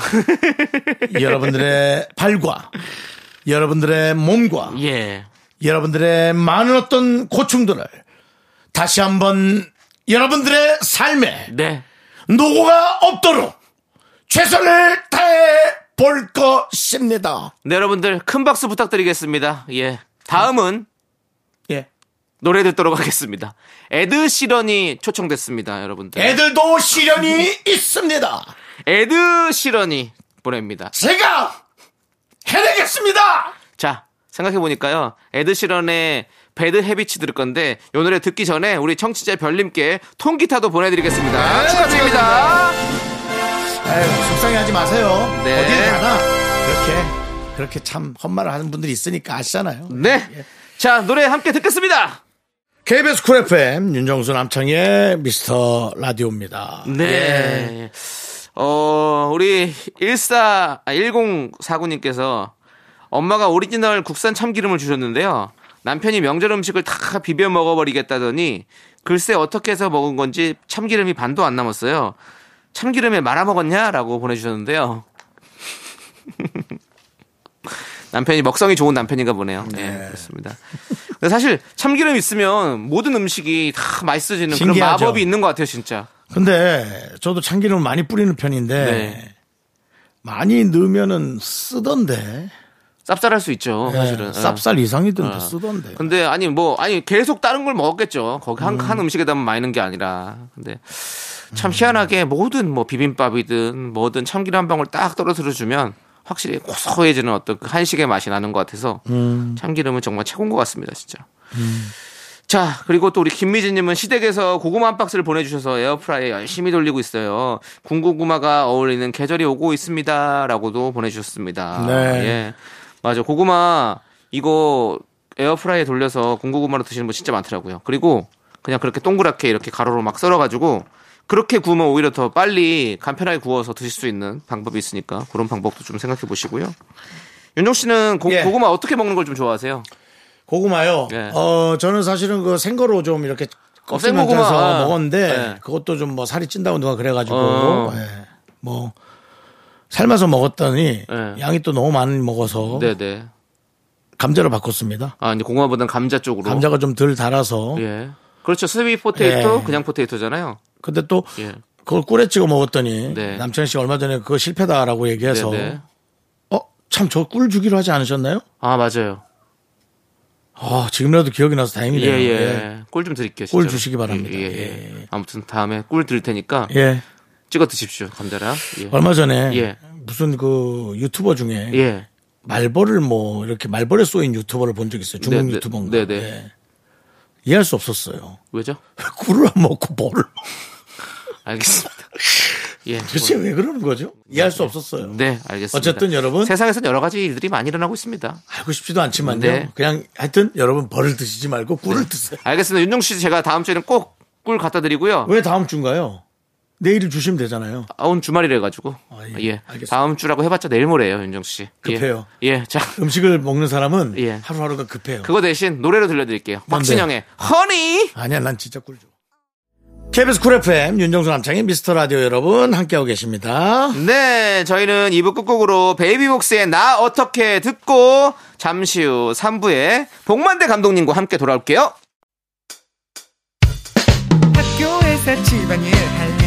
Speaker 1: 여러분들의 발과 여러분들의 몸과
Speaker 5: 예.
Speaker 1: 여러분들의 많은 어떤 고충들을 다시 한번 여러분들의 삶에
Speaker 5: 네.
Speaker 1: 노고가 없도록 최선을 다해 볼 것입니다.
Speaker 5: 네, 여러분들 큰 박수 부탁드리겠습니다. 예. 다음은
Speaker 1: 예.
Speaker 5: 노래 듣도록 하겠습니다. 에드 시런이 초청됐습니다, 여러분들.
Speaker 1: 애들도 시련이 있습니다.
Speaker 5: 에드 시런이 보냅니다.
Speaker 1: 제가 해내겠습니다.
Speaker 5: 자, 생각해보니까요. 에드시런의 배드 헤비치 들을 건데, 요 노래 듣기 전에 우리 청취자 별님께 통기타도 보내드리겠습니다.
Speaker 1: 네,
Speaker 5: 축하드립니다.
Speaker 1: 에휴, 속상해하지 마세요.
Speaker 5: 네.
Speaker 1: 어딜 가나 그렇게 그렇게 참 헛말을 하는 분들이 있으니까 아시잖아요.
Speaker 5: 네. 자, 노래 함께 듣겠습니다.
Speaker 1: KBS 쿨 FM 윤정수 남창의 미스터 라디오입니다.
Speaker 5: 네. 어, 우리 14, 아, 1049님께서 엄마가 오리지널 국산 참기름을 주셨는데요. 남편이 명절 음식을 다 비벼 먹어버리겠다더니 글쎄 어떻게 해서 먹은 건지 참기름이 반도 안 남았어요. 참기름에 말아 먹었냐? 라고 보내주셨는데요. 남편이 먹성이 좋은 남편인가 보네요. 네, 그렇습니다. 근데 사실 참기름 있으면 모든 음식이 다 맛있어지는 그런
Speaker 1: 신기하죠.
Speaker 5: 마법이 있는 것 같아요, 진짜.
Speaker 1: 근데 저도 참기름을 많이 뿌리는 편인데
Speaker 5: 네.
Speaker 1: 많이 넣으면은 쓰던데
Speaker 5: 쌉쌀할 수 있죠. 사실은.
Speaker 1: 네, 쌉쌀 이상이든 다
Speaker 5: 어.
Speaker 1: 쓰던데.
Speaker 5: 근데 아니 뭐 아니 계속 다른 걸 먹었겠죠. 거기 한, 한 음식에다만 마이는 게 아니라. 근데 참 희한하게 모든 뭐 비빔밥이든 뭐든 참기름 한 방울 딱 떨어뜨려 주면 확실히 고소해지는 어떤 그 한식의 맛이 나는 것 같아서
Speaker 1: 음.
Speaker 5: 참기름은 정말 최고인 것 같습니다, 진짜. 자, 그리고 또 우리 김미진님은 시댁에서 고구마 한 박스를 보내주셔서 에어프라이에 열심히 돌리고 있어요. 군고구마가 어울리는 계절이 오고 있습니다. 라고도 보내주셨습니다.
Speaker 1: 네.
Speaker 5: 예. 맞아. 고구마, 이거 에어프라이에 돌려서 군고구마로 드시는 분 진짜 많더라고요. 그리고 그냥 그렇게 동그랗게 이렇게 가로로 막 썰어가지고 그렇게 구우면 오히려 더 빨리 간편하게 구워서 드실 수 있는 방법이 있으니까 그런 방법도 좀 생각해 보시고요. 윤종 씨는 고,
Speaker 1: 예.
Speaker 5: 구마 어떻게 먹는 걸 좀 좋아하세요?
Speaker 1: 고구마요.
Speaker 5: 네.
Speaker 1: 어 저는 사실은 그 생거로 좀 이렇게
Speaker 5: 생고구마.
Speaker 1: 껍질만져서
Speaker 5: 아.
Speaker 1: 먹었는데
Speaker 5: 네.
Speaker 1: 그것도 좀 뭐 살이 찐다고 누가 그래가지고
Speaker 5: 어.
Speaker 1: 예. 뭐 삶아서 먹었더니
Speaker 5: 네.
Speaker 1: 양이 또 너무 많이 먹어서
Speaker 5: 네네.
Speaker 1: 감자로 바꿨습니다.
Speaker 5: 아, 이제 고구마보단 감자 쪽으로.
Speaker 1: 감자가 좀 덜 달아서
Speaker 5: 예. 그렇죠. 스윗 포테이토,
Speaker 1: 예.
Speaker 5: 그냥 포테이토잖아요.
Speaker 1: 근데 또
Speaker 5: 예.
Speaker 1: 그걸 꿀에 찍어 먹었더니
Speaker 5: 네.
Speaker 1: 남창희 씨가 얼마 전에 그거 실패다라고 얘기해서
Speaker 5: 네네.
Speaker 1: 어 참 저 꿀 주기로 하지 않으셨나요?
Speaker 5: 아, 맞아요.
Speaker 1: 아 지금이라도 기억이 나서
Speaker 5: 예,
Speaker 1: 다행이네요.
Speaker 5: 예. 꿀 좀 드릴게요.
Speaker 1: 꿀
Speaker 5: 진짜로.
Speaker 1: 주시기 바랍니다.
Speaker 5: 예, 예, 예. 아무튼 다음에 꿀 드릴 테니까
Speaker 1: 예. 예.
Speaker 5: 찍어 드십시오. 감자랑. 예.
Speaker 1: 얼마 전에
Speaker 5: 예.
Speaker 1: 무슨 그 유튜버 중에
Speaker 5: 예.
Speaker 1: 말벌을 뭐 이렇게 말벌에 쏘인 유튜버를 본 적 있어요. 중국
Speaker 5: 네, 네.
Speaker 1: 유튜버인가.
Speaker 5: 네, 네.
Speaker 1: 예. 이해할 수 없었어요.
Speaker 5: 왜죠?
Speaker 1: 왜 꿀을 안 먹고 벌을 먹-
Speaker 5: 알겠습니다. 예.
Speaker 1: 도대체 왜 그러는 거죠? 이해할 수 없었어요.
Speaker 5: 네, 알겠습니다.
Speaker 1: 그렇죠. 어쨌든 여러분.
Speaker 5: 세상에선 여러 가지 일들이 많이 일어나고 있습니다.
Speaker 1: 알고 싶지도 않지만요.
Speaker 5: 네.
Speaker 1: 그냥 하여튼 여러분 벌을 드시지 말고 꿀을 드세요.
Speaker 5: 알겠습니다. 윤종 씨 제가 다음 주에는 꼭 꿀 갖다 드리고요.
Speaker 1: 왜 다음 주인가요? 내일을 주시면 되잖아요.
Speaker 5: 아, 오늘 주말이라 가지고.
Speaker 1: 아,
Speaker 5: 예.
Speaker 1: 예. 알겠습니다.
Speaker 5: 다음 주라고 해 봤자 내일 모레예요, 윤종 씨.
Speaker 1: 급해요.
Speaker 5: 예. 예. 자,
Speaker 1: 음식을 먹는 사람은
Speaker 5: 예.
Speaker 1: 하루하루가 급해요.
Speaker 5: 그거 대신 노래로 들려드릴게요. 박신영의 허니.
Speaker 1: 아니야, 난 진짜 꿀 줘. KBS 쿨 FM 윤정수 남창의 미스터 라디오 여러분 함께하고 계십니다.
Speaker 5: 네, 저희는 2부 끝곡으로 베이비복스의 나 어떻게 듣고 잠시 후 3부에 복만대 감독님과 함께 돌아올게요.
Speaker 6: 학교에서 집안일 할 일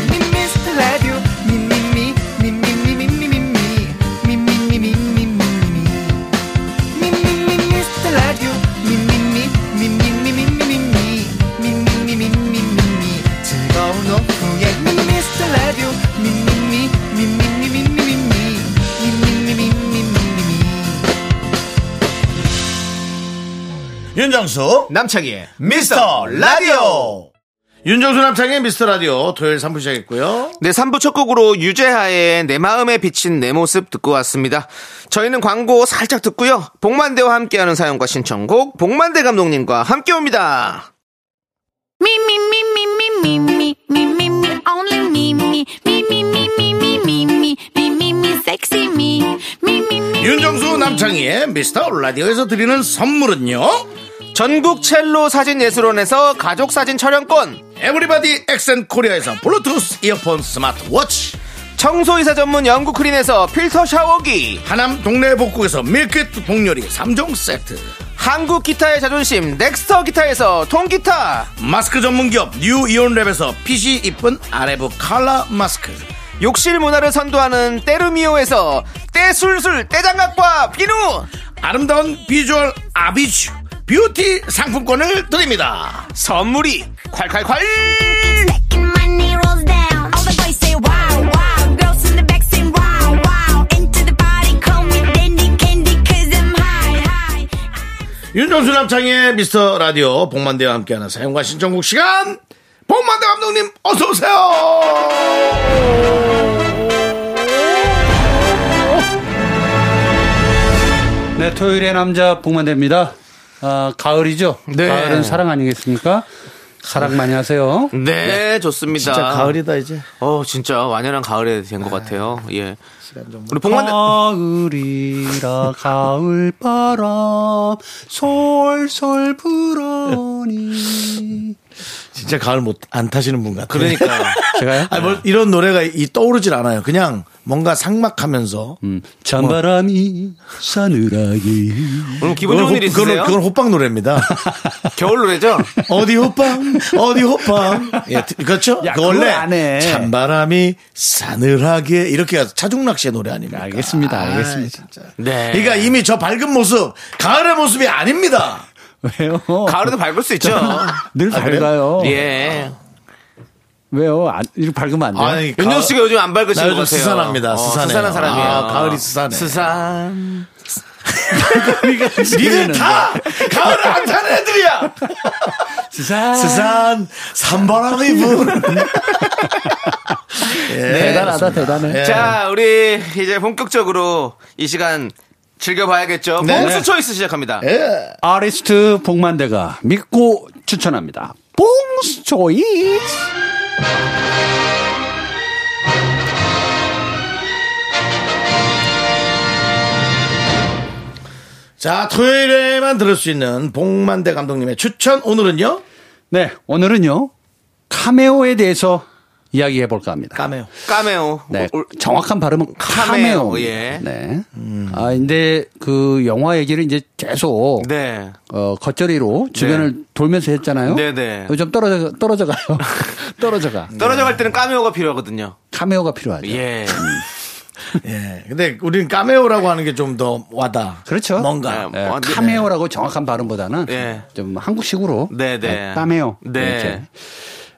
Speaker 6: 미스터 라디오 미미미 미미미 미미미 미미미 미미미 즐거운 오후에 미스터 라디오 미미미 미미미 미미미 미미미
Speaker 1: 윤정수
Speaker 5: 남창희의
Speaker 1: 미스터 라디오 윤정수 남창의 미스터 라디오 토요일 3부 시작했고요
Speaker 5: 네, 3부 첫 곡으로 유재하의 내 마음에 비친 내 모습 듣고 왔습니다. 저희는 광고 살짝 듣고요. 복만대와 함께하는 사연과 신청곡, 복만대 감독님과 함께 옵니다.
Speaker 3: Me, me, me, me, me, me, me, me, me, me, only me, me, me, me, me, me, me, me, me, me, me, me, sexy me, me, me, me.
Speaker 1: 윤정수 남창희의 미스터 라디오에서 드리는 선물은요
Speaker 5: 전국 첼로 사진 예술원에서 가족 사진 촬영권,
Speaker 1: 에브리바디 엑센 코리아에서 블루투스 이어폰 스마트워치
Speaker 5: 청소이사 전문 영국 크린에서 필터 샤워기,
Speaker 1: 하남 동네 복국에서 밀키트 복요리 3종 세트
Speaker 5: 한국 기타의 자존심, 넥스터 기타에서 통기타,
Speaker 1: 마스크 전문기업 뉴이온랩에서 핏이 이쁜 아레브 칼라 마스크
Speaker 5: 욕실 문화를 선도하는 때르미오에서 때술술 때장갑과 비누,
Speaker 1: 아름다운 비주얼 아비쥬 뷰티 상품권을 드립니다
Speaker 5: 선물이 콸콸콸!
Speaker 3: Second money rolls down. All the boys say wow, wow. Girls in the back say wow, wow. Into the party, call me dandy candy, cause I'm high, high.
Speaker 1: 윤정수 남창의 미스터 라디오 복만대와 함께하는 사연과 신청국 시간 복만대 감독님 어서 오세요
Speaker 7: 네, 토요일의 남자 복만대입니다. 아, 가을이죠?
Speaker 5: 네.
Speaker 7: 가을은 사랑 아니겠습니까? 사랑 많이 하세요.
Speaker 5: 네, 좋습니다.
Speaker 1: 아. 이제
Speaker 5: 어, 진짜 완연한 가을이 된 것 같아요. 예. 우리
Speaker 1: 어.
Speaker 5: 복만대
Speaker 7: 가을이라 가을바람 솔솔 불어오니
Speaker 1: 진짜 가을 못 안 타시는 분 같아요
Speaker 5: 그러니까
Speaker 7: 제가요?
Speaker 1: 아니, 뭘 이런 노래가 이, 떠오르질 않아요 그냥 뭔가 삭막하면서 뭐.
Speaker 7: 음, 찬바람이 사늘하게
Speaker 5: 오늘
Speaker 1: 어, 그건
Speaker 5: 기분 좋은
Speaker 1: 호-
Speaker 5: 일 있으세요?
Speaker 1: 그건, 그건 호빵 노래입니다
Speaker 5: 겨울 노래죠?
Speaker 1: 어디 호빵 어디 호빵 예, 드- 그렇죠
Speaker 7: 야,
Speaker 1: 그
Speaker 7: 그걸
Speaker 1: 원래
Speaker 7: 안 해.
Speaker 1: 찬바람이 사늘하게 이렇게 가서 차중락 씨의 노래 아닙니까
Speaker 7: 알겠습니다, 알겠습니다.
Speaker 5: 네.
Speaker 1: 그러니까 이미 저 밝은 모습 가을의 모습이 아닙니다.
Speaker 7: 왜요?
Speaker 1: 어.
Speaker 5: 가을에도 밝을 수 있죠.
Speaker 7: 늘 밝아요.
Speaker 5: 예.
Speaker 1: 어.
Speaker 7: 왜요? 안, 이렇게 밝으면 안 돼요?
Speaker 1: 아니,
Speaker 5: 윤정 씨가 요즘 안 밝으신
Speaker 1: 나
Speaker 5: 것 같아요.
Speaker 1: 요즘 스산합니다.
Speaker 5: 어,
Speaker 1: 스산해.
Speaker 5: 스산한 사람이에요.
Speaker 1: 아, 가을이 스산해.
Speaker 5: 스산.
Speaker 1: 니들 다 가을 안 타는 애들이야.
Speaker 7: 스산.
Speaker 1: 스산 산바람이 예, 부는.
Speaker 7: 네, 대단하다, 대단해. 네.
Speaker 5: 자, 우리 이제 본격적으로 이 시간 즐겨봐야겠죠.
Speaker 1: 네.
Speaker 5: 봉수 초이스 시작합니다.
Speaker 7: 네. 아리스트 복만대가 믿고 추천합니다. 봉스 초이스.
Speaker 1: 자 토요일에만 들을 수 있는 복만대 감독님의 추천 오늘은요.
Speaker 7: 네, 오늘은요. 카메오에 대해서 이야기해 볼까 합니다.
Speaker 1: 까메오.
Speaker 5: 까메오.
Speaker 7: 네,
Speaker 5: 올-
Speaker 7: 정확한 발음은
Speaker 5: 아, 어, 카메오,
Speaker 7: 카메오.
Speaker 5: 예.
Speaker 7: 네. 아, 근데 그 영화 얘기를 이제 계속
Speaker 5: 네.
Speaker 7: 어, 겉절이로 주변을 돌면서 했잖아요.
Speaker 5: 네, 네.
Speaker 7: 좀 떨어져 떨어져 가요. 떨어져 가.
Speaker 5: 떨어져 갈 때는 까메오가 필요하거든요.
Speaker 7: 카메오가 필요하죠.
Speaker 5: 예.
Speaker 1: 예. 근데 우리는 까메오라고 하는 게 좀 더 와다.
Speaker 7: 그렇죠.
Speaker 1: 뭔가.
Speaker 5: 예, 뭐,
Speaker 7: 카메오라고 정확한 발음보다는
Speaker 5: 예.
Speaker 7: 좀 한국식으로
Speaker 5: 네, 네.
Speaker 7: 카메오
Speaker 5: 네.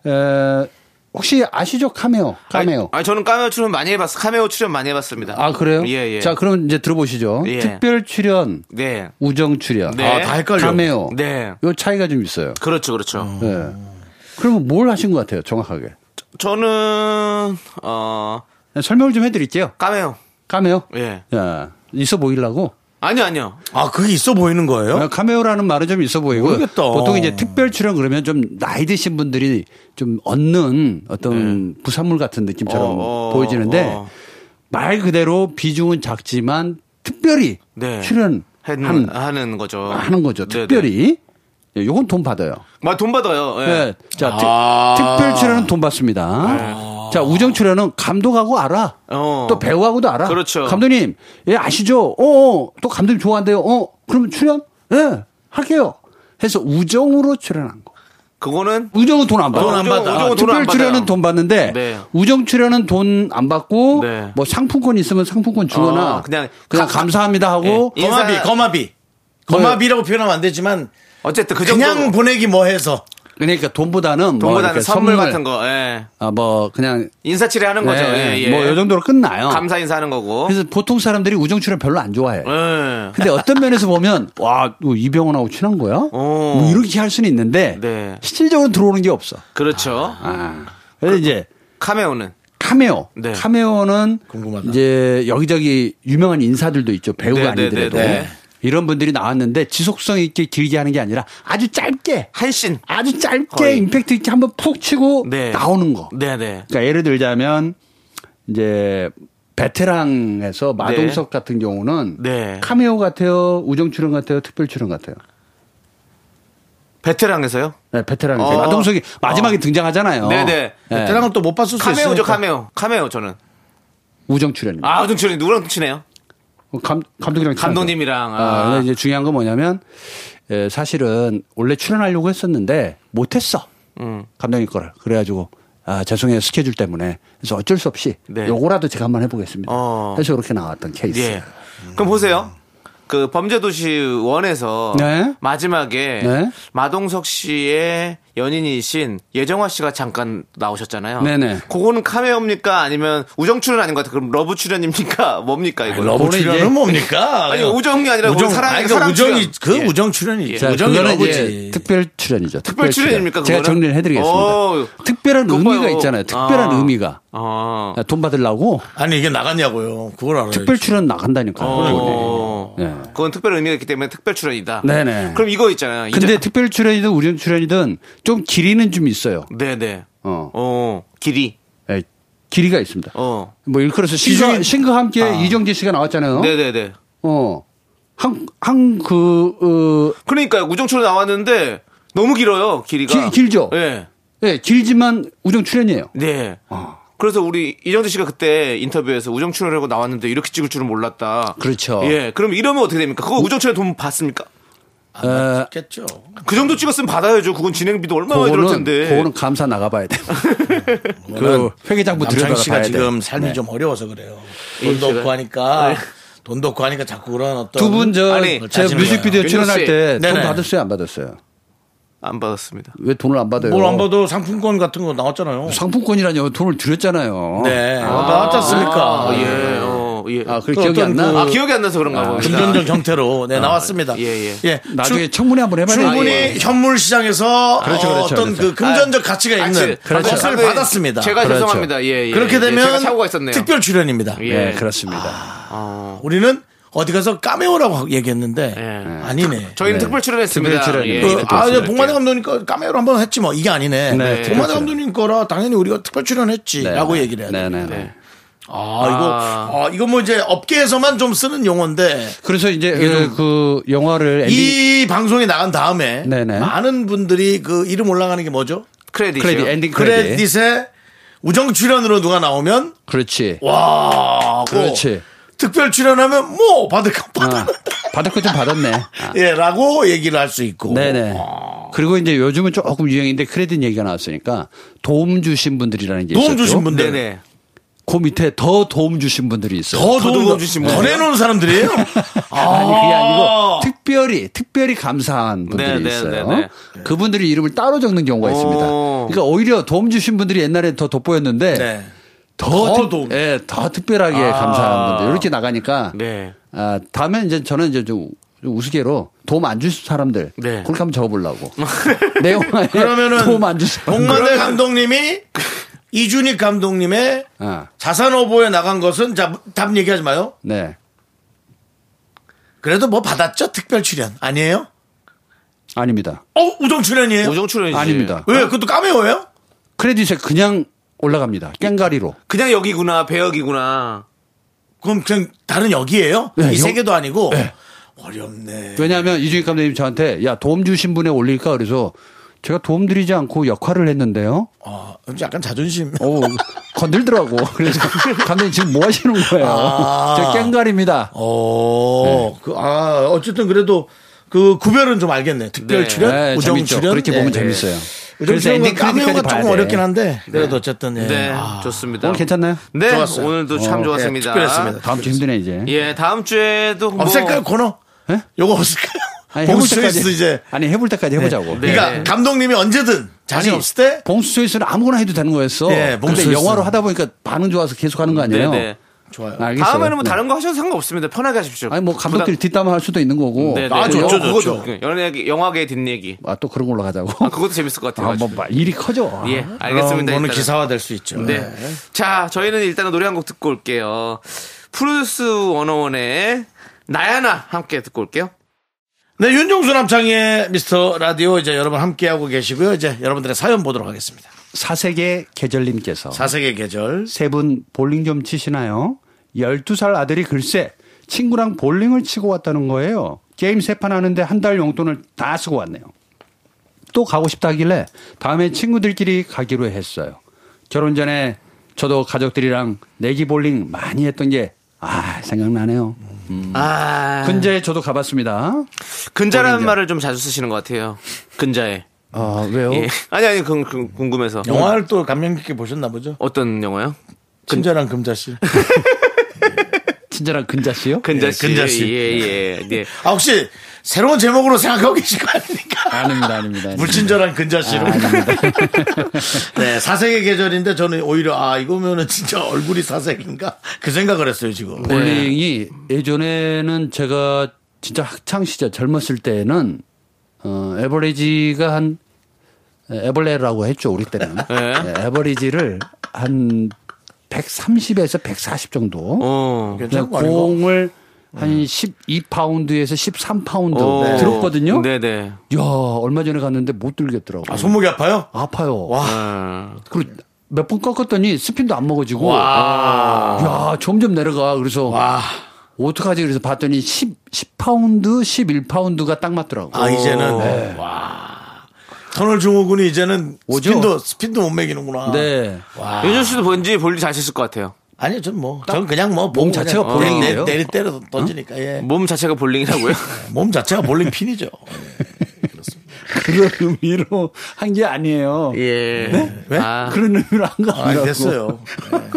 Speaker 7: 이렇게. 에, 혹시 아시죠 카메오 카메오
Speaker 5: 아, 저는 카메오 출연 많이 해봤어. 카메오 출연 많이 해봤습니다.
Speaker 7: 아 그래요?
Speaker 5: 예, 예.
Speaker 7: 자 아, 그럼 이제 들어보시죠.
Speaker 5: 예.
Speaker 7: 특별 출연
Speaker 5: 네.
Speaker 7: 우정 출연
Speaker 5: 네.
Speaker 1: 아, 다 헷갈려.
Speaker 7: 카메오
Speaker 5: 네.
Speaker 7: 요 차이가 좀 있어요.
Speaker 5: 그렇죠, 그렇죠.
Speaker 7: 예. 그러면 뭘 하신 것 같아요 정확하게?
Speaker 5: 저는, 어,
Speaker 7: 설명을 좀 해드릴게요.
Speaker 5: 까메오.
Speaker 7: 카메오
Speaker 5: 예.
Speaker 7: 야, 있어 보이려고
Speaker 5: 아니요, 아니요.
Speaker 1: 아 그게 있어 보이는 거예요?
Speaker 5: 네.
Speaker 7: 아, 카메오라는 말은 좀 있어 보이고
Speaker 1: 모르겠다.
Speaker 7: 보통 이제 특별 출연 그러면 좀 나이 드신 분들이 좀 얻는 어떤 부산물 같은 느낌처럼
Speaker 5: 네. 어, 어,
Speaker 7: 보여지는데
Speaker 5: 어.
Speaker 7: 말 그대로 비중은 작지만 특별히
Speaker 5: 네.
Speaker 7: 출연
Speaker 5: 하는,
Speaker 7: 하는,
Speaker 5: 하는 거죠.
Speaker 7: 하는 거죠.
Speaker 5: 네네.
Speaker 7: 특별히 예, 요건 돈 받아요.
Speaker 5: 막돈 받아요. 예.
Speaker 7: 예. 자, 특-
Speaker 5: 아.
Speaker 7: 특별 출연은 돈 받습니다. 자, 우정 출연은 감독하고 알아.
Speaker 5: 네. 어.
Speaker 7: 또 배우하고도 알아.
Speaker 5: 그렇죠.
Speaker 7: 감독님, 예, 아시죠? 어, 어, 또 감독님 좋아한대요. 어, 그러면 출연? 예, 할게요. 해서 우정으로 출연한 거.
Speaker 5: 그거는
Speaker 7: 우정은 돈 안 받아.
Speaker 5: 돈안 받아.
Speaker 7: 아,
Speaker 5: 우정은 돈안
Speaker 7: 특별
Speaker 5: 받아요.
Speaker 7: 출연은 돈 받는데
Speaker 5: 네.
Speaker 7: 우정 출연은 돈 안 받고
Speaker 5: 네.
Speaker 7: 뭐 상품권 있으면 상품권 주거나
Speaker 5: 어, 그냥
Speaker 7: 그냥
Speaker 5: 감-
Speaker 7: 감사합니다 하고 뭐
Speaker 5: 예. 인사-
Speaker 1: 거마비 거마비. 거마비라고 표현하면 안 되지만
Speaker 5: 어쨌든 그 정도.
Speaker 1: 그냥 보내기 뭐 해서
Speaker 7: 그러니까 돈보다는 뭐
Speaker 5: 돈보다는
Speaker 7: 이렇게
Speaker 5: 선물, 같은 거, 예.
Speaker 7: 아, 뭐 그냥
Speaker 5: 인사치레 하는 거죠. 예,
Speaker 7: 네.
Speaker 5: 예.
Speaker 7: 뭐요 정도로 끝나요.
Speaker 5: 감사 인사하는 거고.
Speaker 7: 그래서 보통 사람들이 우정 출연 별로 안 좋아해. 요
Speaker 5: 예.
Speaker 7: 근데 어떤 면에서 보면 와, 너 이병헌하고 친한 거야? 뭐 이렇게 할 수는 있는데
Speaker 5: 어. 네.
Speaker 7: 실질적으로 들어오는 게 없어.
Speaker 5: 그렇죠.
Speaker 7: 아. 그래서 이제
Speaker 5: 카메오는.
Speaker 7: 카메오.
Speaker 5: 네.
Speaker 7: 카메오는
Speaker 1: 궁금하다.
Speaker 7: 이제 여기저기 유명한 인사들도 있죠. 배우가
Speaker 5: 네, 네,
Speaker 7: 아니더라도.
Speaker 5: 네, 네.
Speaker 7: 이런 분들이 나왔는데 지속성 있게 길게 하는 게 아니라 아주 짧게
Speaker 5: 한신.
Speaker 7: 아주 짧게
Speaker 5: 거의.
Speaker 7: 임팩트 있게 한번 푹 치고
Speaker 5: 네.
Speaker 7: 나오는 거.
Speaker 5: 네네.
Speaker 7: 그러니까 예를 들자면 이제 베테랑에서 마동석 같은 경우는
Speaker 5: 네.
Speaker 7: 카메오 같아요, 우정 출연 같아요, 특별 출연 같아요.
Speaker 5: 베테랑에서요?
Speaker 7: 네, 베테랑에서
Speaker 5: 어.
Speaker 7: 마동석이 마지막에 등장하잖아요.
Speaker 5: 네네.
Speaker 7: 네.
Speaker 1: 베테랑은 또 못 봤을 수 있어요.
Speaker 5: 카메오죠, 카메오. 카메오, 저는.
Speaker 7: 우정 출연입니다.
Speaker 5: 아, 눈치네. 누구랑 눈치네요?
Speaker 7: 감, 감독이랑 친하죠.
Speaker 5: 감독님이랑, 아.
Speaker 7: 아, 근데 이제 중요한 건 뭐냐면 에, 사실은 원래 출연하려고 했었는데 못했어.
Speaker 5: 음.
Speaker 7: 감독님 거를 그래가지고 아 죄송해요 스케줄 때문에 그래서 어쩔 수 없이
Speaker 5: 네.
Speaker 7: 요거라도 제가 한번 해보겠습니다.
Speaker 5: 어.
Speaker 7: 해서 그렇게 나왔던 케이스.
Speaker 5: 예. 그럼 보세요. 그 범죄도시 원에서
Speaker 7: 네.
Speaker 5: 마지막에
Speaker 7: 네.
Speaker 5: 마동석 씨의 연인이신 예정화 씨가 잠깐 나오셨잖아요.
Speaker 7: 네네.
Speaker 5: 그거는 카메오입니까? 아니면 우정 출연 아닌 것 같아요. 그럼 러브 출연입니까? 뭡니까 이거?
Speaker 1: 러브
Speaker 7: 그거는 이제-
Speaker 1: 출연은 뭡니까?
Speaker 5: 아니, 우정이 아니라 우리 사랑이-
Speaker 1: 아니, 그
Speaker 5: 사랑
Speaker 1: 우정이
Speaker 5: 출연.
Speaker 1: 그
Speaker 5: 예.
Speaker 1: 우정 출연이
Speaker 7: 자,
Speaker 1: 우정이
Speaker 7: 그거는
Speaker 1: 러브지.
Speaker 7: 이제 특별 출연이죠.
Speaker 5: 특별 출연입니까,
Speaker 7: 제가
Speaker 5: 그거는?
Speaker 7: 정리를 해드리겠습니다.
Speaker 5: 오,
Speaker 7: 특별한
Speaker 5: 그거
Speaker 7: 의미가
Speaker 5: 봐요.
Speaker 7: 있잖아요. 특별한
Speaker 5: 아.
Speaker 7: 의미가
Speaker 5: 어.
Speaker 7: 야, 돈 받으려고
Speaker 1: 아니 이게 나갔냐고요. 그걸 알아요.
Speaker 7: 특별 출연 나간다니까요.
Speaker 5: 어.
Speaker 7: 네.
Speaker 5: 그건 특별 의미가 있기 때문에 특별 출연이다.
Speaker 7: 네네.
Speaker 5: 그럼 이거 있잖아요. 이제-
Speaker 7: 근데 특별 출연이든 우정 출연이든 좀 길이는 좀 있어요.
Speaker 5: 네네.
Speaker 7: 어.
Speaker 5: 어. 길이.
Speaker 7: 예, 길이가 있습니다.
Speaker 5: 어.
Speaker 7: 뭐 일컬어서 신과,
Speaker 1: 기준이-
Speaker 7: 신과 함께 이정재 씨가 나왔잖아요.
Speaker 5: 아. 네네네.
Speaker 7: 어. 한, 한, 그, 어,
Speaker 5: 그러니까 우정초로 나왔는데 너무 길어요
Speaker 7: 기-
Speaker 5: 길이가
Speaker 7: 길죠?
Speaker 5: 예.
Speaker 7: 예, 길지만 우정 출연이에요.
Speaker 5: 네.
Speaker 7: 어.
Speaker 5: 그래서 우리 이정재 씨가 그때 인터뷰에서 우정 출연하고 나왔는데 이렇게 찍을 줄은 몰랐다.
Speaker 7: 그렇죠.
Speaker 5: 예. 그럼 이러면 어떻게 됩니까? 그거 우정 출연 돈 받습니까?
Speaker 7: 어,
Speaker 1: 했겠죠.
Speaker 5: 그 정도 찍었으면 받아야죠. 어, 그건 진행비도 얼마나 들을
Speaker 7: 그거는,
Speaker 5: 텐데.
Speaker 7: 그거는 감사 나가봐야 돼. 그, 회계장부
Speaker 1: 남창희
Speaker 7: 들여다가
Speaker 1: 씨가
Speaker 7: 봐야 돼.
Speaker 1: 지금 삶이 좀 어려워서 그래요. 돈도 없고 하니까 돈도 없고 하니까 자꾸 그런 어떤
Speaker 7: 두 분 저,
Speaker 5: 아니,
Speaker 7: 제
Speaker 1: 짜증나요.
Speaker 7: 뮤직비디오
Speaker 5: 윤정 씨.
Speaker 7: 출연할 때 돈
Speaker 1: 네네.
Speaker 7: 받았어요? 안 받았어요?
Speaker 5: 안 받았습니다.
Speaker 7: 왜 돈을 안 받아요?
Speaker 1: 뭘안 봐도 상품권 같은 거 나왔잖아요.
Speaker 7: 상품권이라뇨. 돈을 드렸잖아요.
Speaker 1: 네. 나왔지 않습니까?
Speaker 5: 아, 예. 어, 예.
Speaker 7: 아,
Speaker 5: 아,
Speaker 7: 그
Speaker 1: 또
Speaker 7: 기억이
Speaker 1: 어떤
Speaker 7: 안 나? 아,
Speaker 1: 그-
Speaker 5: 기억이 안 나서 그런가 봅니다.
Speaker 1: 금전적 형태로 네, 나왔습니다.
Speaker 5: 예, 예.
Speaker 7: 나중에
Speaker 1: 출-
Speaker 7: 청문회 한번 해봐야 돼요.
Speaker 1: 충분히
Speaker 7: 예.
Speaker 1: 현물 시장에서
Speaker 7: 그렇죠,
Speaker 1: 어,
Speaker 7: 그렇죠,
Speaker 1: 어떤 그
Speaker 7: 그렇죠.
Speaker 1: 금전적 가치가
Speaker 5: 아,
Speaker 1: 있는
Speaker 5: 그- 그렇죠.
Speaker 1: 것을
Speaker 5: 아,
Speaker 1: 받았습니다.
Speaker 5: 제가
Speaker 7: 그렇죠.
Speaker 5: 죄송합니다. 예, 예.
Speaker 1: 그렇게
Speaker 5: 예,
Speaker 1: 되면
Speaker 5: 제가 사고가 있었네요.
Speaker 1: 특별 출연입니다.
Speaker 5: 예.
Speaker 7: 네, 그렇습니다.
Speaker 1: 아, 우리는 어디 가서 까메오라고 얘기했는데
Speaker 5: 예.
Speaker 1: 아니네.
Speaker 5: 저희는 특별 출연했습니다.
Speaker 7: 특별 출연.
Speaker 5: 예,
Speaker 1: 그,
Speaker 5: 예.
Speaker 1: 아, 이제
Speaker 7: 뭐,
Speaker 1: 복만대 감독이니까 까메오로 한번 했지 뭐 이게 아니네.
Speaker 7: 네,
Speaker 1: 복만대
Speaker 7: 그렇죠. 네,
Speaker 1: 감독님 거라 당연히 우리가 특별 출연했지라고 얘기를 해야 돼.
Speaker 7: 네네네.
Speaker 1: 아 이거 아, 이거 뭐 이제 업계에서만 좀 쓰는 용어인데
Speaker 7: 그래서 이제 그, 그 영화를 엔딩
Speaker 1: 이 방송이 나간 다음에
Speaker 7: 네네.
Speaker 1: 많은 분들이 그 이름 올라가는 게 뭐죠?
Speaker 5: 크레딧이요.
Speaker 7: 크레딧 엔딩 크레딧.
Speaker 1: 크레딧에 우정 출연으로 누가 나오면
Speaker 7: 그렇지.
Speaker 1: 와, 고
Speaker 7: 그렇지.
Speaker 1: 특별 출연하면 뭐 받을 거 받아.
Speaker 7: 받을 거 어. 좀 받았네. 아.
Speaker 1: 예라고 얘기를 할 수 있고.
Speaker 7: 네네. 그리고 이제 요즘은 조금 유행인데 크레딧 얘기가 나왔으니까 도움 주신 분들이라는 게
Speaker 1: 도움
Speaker 7: 있었죠.
Speaker 1: 주신 분들.
Speaker 5: 네네.
Speaker 7: 그 밑에 더 도움 주신 분들이 있어요.
Speaker 1: 더
Speaker 5: 도움
Speaker 1: 도움 주신
Speaker 5: 주신 분들.
Speaker 1: 더 내놓은 사람들이에요.
Speaker 7: 아니 그게 아니고 특별히 특별히 감사한 분들이
Speaker 5: 네, 네,
Speaker 7: 있어요.
Speaker 5: 네,
Speaker 7: 그분들이 이름을 따로 적는 경우가 있습니다.
Speaker 5: 오.
Speaker 7: 그러니까 오히려 도움 주신 분들이 옛날에 더 돋보였는데
Speaker 1: 네.
Speaker 7: 더,
Speaker 1: 더
Speaker 7: 특,
Speaker 1: 도움.
Speaker 7: 예, 더 특별하게 감사한 분들 이렇게 나가니까
Speaker 5: 네.
Speaker 7: 아, 다음에 이제 저는 이제 좀 우스개로 도움 안 주신 사람들
Speaker 5: 네.
Speaker 7: 그렇게 한번 적어보려고 내 영화에
Speaker 1: 그러면은
Speaker 7: 도움 안 주신 사람들
Speaker 1: 복만대 감독님이 이준익 감독님의
Speaker 7: 아,
Speaker 1: 자산 오보에 나간 것은 자, 답 얘기하지 마요.
Speaker 7: 네.
Speaker 1: 그래도 뭐 받았죠? 특별 출연 아니에요?
Speaker 7: 아닙니다.
Speaker 1: 어 우정 출연이에요?
Speaker 5: 우정 출연이지.
Speaker 7: 아닙니다.
Speaker 1: 왜 그것도 까메오예요?
Speaker 7: 크레딧에 그냥 올라갑니다. 깽가리로.
Speaker 5: 그냥 여기구나 배역이구나.
Speaker 1: 그럼 그냥 다른 역이에요?
Speaker 7: 네,
Speaker 1: 이 세
Speaker 7: 역-
Speaker 1: 개도 아니고 어렵네.
Speaker 7: 예. 왜냐하면 이준익 감독님 저한테 야, 도움 주신 분에 올릴까 그래서 제가 도움 드리지 않고 역할을 했는데요.
Speaker 1: 아, 약간 자존심.
Speaker 7: 오, 건들더라고. 그래서 감독님 지금 뭐 하시는 거예요?
Speaker 1: 아.
Speaker 7: 저 깽가리입니다.
Speaker 1: 어, 그, 아, 어쨌든 그래도 그 구별은 좀 알겠네. 특별
Speaker 5: 네.
Speaker 1: 출연,
Speaker 7: 네,
Speaker 1: 우정
Speaker 7: 재밌죠.
Speaker 1: 출연.
Speaker 7: 그렇게 보면
Speaker 1: 예.
Speaker 7: 재밌어요.
Speaker 1: 우정 출연과 까메오가
Speaker 7: 크레딧까지 봐야
Speaker 1: 조금
Speaker 7: 돼.
Speaker 1: 어렵긴 한데 그래도 어쨌든 예.
Speaker 5: 네,
Speaker 1: 아,
Speaker 5: 좋습니다.
Speaker 7: 오늘 괜찮나요?
Speaker 5: 네,
Speaker 1: 좋았어요.
Speaker 5: 오늘도 참 좋았습니다.
Speaker 1: 예, 특별했습니다.
Speaker 7: 다음 주 힘드네 이제.
Speaker 5: 예, 다음 주에도 뭐
Speaker 1: 없을까요 코너?
Speaker 7: 예?
Speaker 1: 요거 없을까요?
Speaker 7: 아니, 해볼
Speaker 1: 봉수
Speaker 7: 때까지-
Speaker 1: 스위스 이제.
Speaker 7: 아니 해볼 때까지 해보자고.
Speaker 5: 네.
Speaker 1: 그러니까 감독님이 언제든 자신
Speaker 7: 아니,
Speaker 1: 없을 때
Speaker 7: 봉수 스위스는 아무거나 해도 되는 거였어.
Speaker 1: 예, 봉수
Speaker 7: 근데
Speaker 1: 스위스는.
Speaker 7: 영화로 하다 보니까 반응 좋아서 계속 하는 거 아니에요?
Speaker 5: 네네.
Speaker 1: 좋아요.
Speaker 7: 알겠어요.
Speaker 5: 다음에는 뭐
Speaker 7: 네.
Speaker 5: 다른 거 하셔도 상관없습니다. 편하게 하십시오.
Speaker 7: 아니 뭐 감독들 뒷담화 할 수도 있는 거고.
Speaker 5: 네네.
Speaker 1: 아, 좋죠, 좋죠.
Speaker 5: 그 연예기, 영화계 뒷얘기.
Speaker 7: 아, 또 그런 걸로 가자고.
Speaker 5: 아, 그것도 재밌을 것 같아요.
Speaker 7: 아, 뭐 마- 일이 커져.
Speaker 5: 예,
Speaker 1: 그런
Speaker 5: 알겠습니다.
Speaker 1: 거는
Speaker 5: 일단은.
Speaker 1: 어, 기사화 될 수 있죠.
Speaker 5: 네. 자, 저희는 일단은 노래 한 곡 듣고 올게요. 프로듀스 101의 나야나 함께 듣고 올게요.
Speaker 1: 네, 윤종수 남창의 미스터 라디오 이제 여러분 함께하고 계시고요. 이제 여러분들의 사연 보도록 하겠습니다.
Speaker 7: 사색의 계절님께서
Speaker 1: 사색의 계절.
Speaker 7: 세 분 볼링 좀 치시나요? 12살 아들이 글쎄 친구랑 볼링을 치고 왔다는 거예요. 게임 세 판 하는데 한 달 용돈을 다 쓰고 왔네요. 또 가고 싶다길래 다음에 친구들끼리 가기로 했어요. 결혼 전에 저도 가족들이랑 내기 볼링 많이 했던 게 아, 생각나네요.
Speaker 5: 아,
Speaker 7: 근제 저도 가봤습니다.
Speaker 5: 근자라는 말을 좀 자주 쓰시는 것 같아요. 근자에.
Speaker 7: 아, 왜요?
Speaker 5: 예. 아니, 아니, 그, 그, 궁금해서.
Speaker 1: 영화를 또 감명 깊게 보셨나 보죠?
Speaker 5: 어떤 영화요?
Speaker 1: 친절한 금자씨.
Speaker 7: 친절한 근자 씨요?
Speaker 5: 근자씨.
Speaker 1: 예, 근자씨.
Speaker 5: 예, 예, 예.
Speaker 1: 아, 혹시 새로운 제목으로 생각하고 계신 거 아닙니까?
Speaker 7: 아닙니다, 아, 아닙니다.
Speaker 1: 물친절한 근자씨로. 네, 사색의 계절인데 저는 오히려 아, 이거면은 진짜 얼굴이 사색인가? 그 생각을 했어요, 지금.
Speaker 7: 볼링이
Speaker 1: 네.
Speaker 7: 예전에는 제가 진짜 학창 시절 젊었을 때는 어 에버리지가 한 에, 에벌레라고 했죠 우리 때는
Speaker 1: 네.
Speaker 7: 예, 에버리지를 한 130에서 140 정도
Speaker 5: 어.
Speaker 7: 그냥
Speaker 1: 괜찮고 아니고.
Speaker 7: 공을 한 12파운드에서 13파운드
Speaker 5: 어.
Speaker 7: 들었거든요.
Speaker 5: 네네.
Speaker 7: 야 얼마 전에 갔는데 못 들겠더라고.
Speaker 1: 아,
Speaker 7: 요
Speaker 1: 손목이 아파요?
Speaker 7: 아파요.
Speaker 5: 아,
Speaker 7: 그리고 몇 번 꺾었더니 스핀도 안 먹어지고 야 점점 내려가 그래서 어떡하지 그래서 봤더니 10, 10파운드 11파운드가 딱 맞더라고
Speaker 1: 아, 이제는. 와. 터널 증후군이 이제는
Speaker 7: 네. 오죠?
Speaker 1: 스핀도, 스핀도 못 매기는구나.
Speaker 7: 네
Speaker 1: 아.
Speaker 5: 요준 씨도 뭔지 볼일 잘 치실 것 같아요.
Speaker 1: 아니요, 전 뭐. 전 그냥 뭐. 몸
Speaker 7: 자체가
Speaker 1: 그냥
Speaker 7: 볼링이에요? 어?
Speaker 1: 내- 내리 때려 던지니까, 예.
Speaker 5: 몸 자체가 볼링이라고요?
Speaker 1: 몸 자체가 볼링 핀이죠.
Speaker 7: 그런 의미로 한 게 아니에요
Speaker 5: 예.
Speaker 1: 왜?
Speaker 5: 아,
Speaker 7: 그런 의미로 한 거
Speaker 1: 아,
Speaker 7: 아니라고
Speaker 1: 됐어요. 예.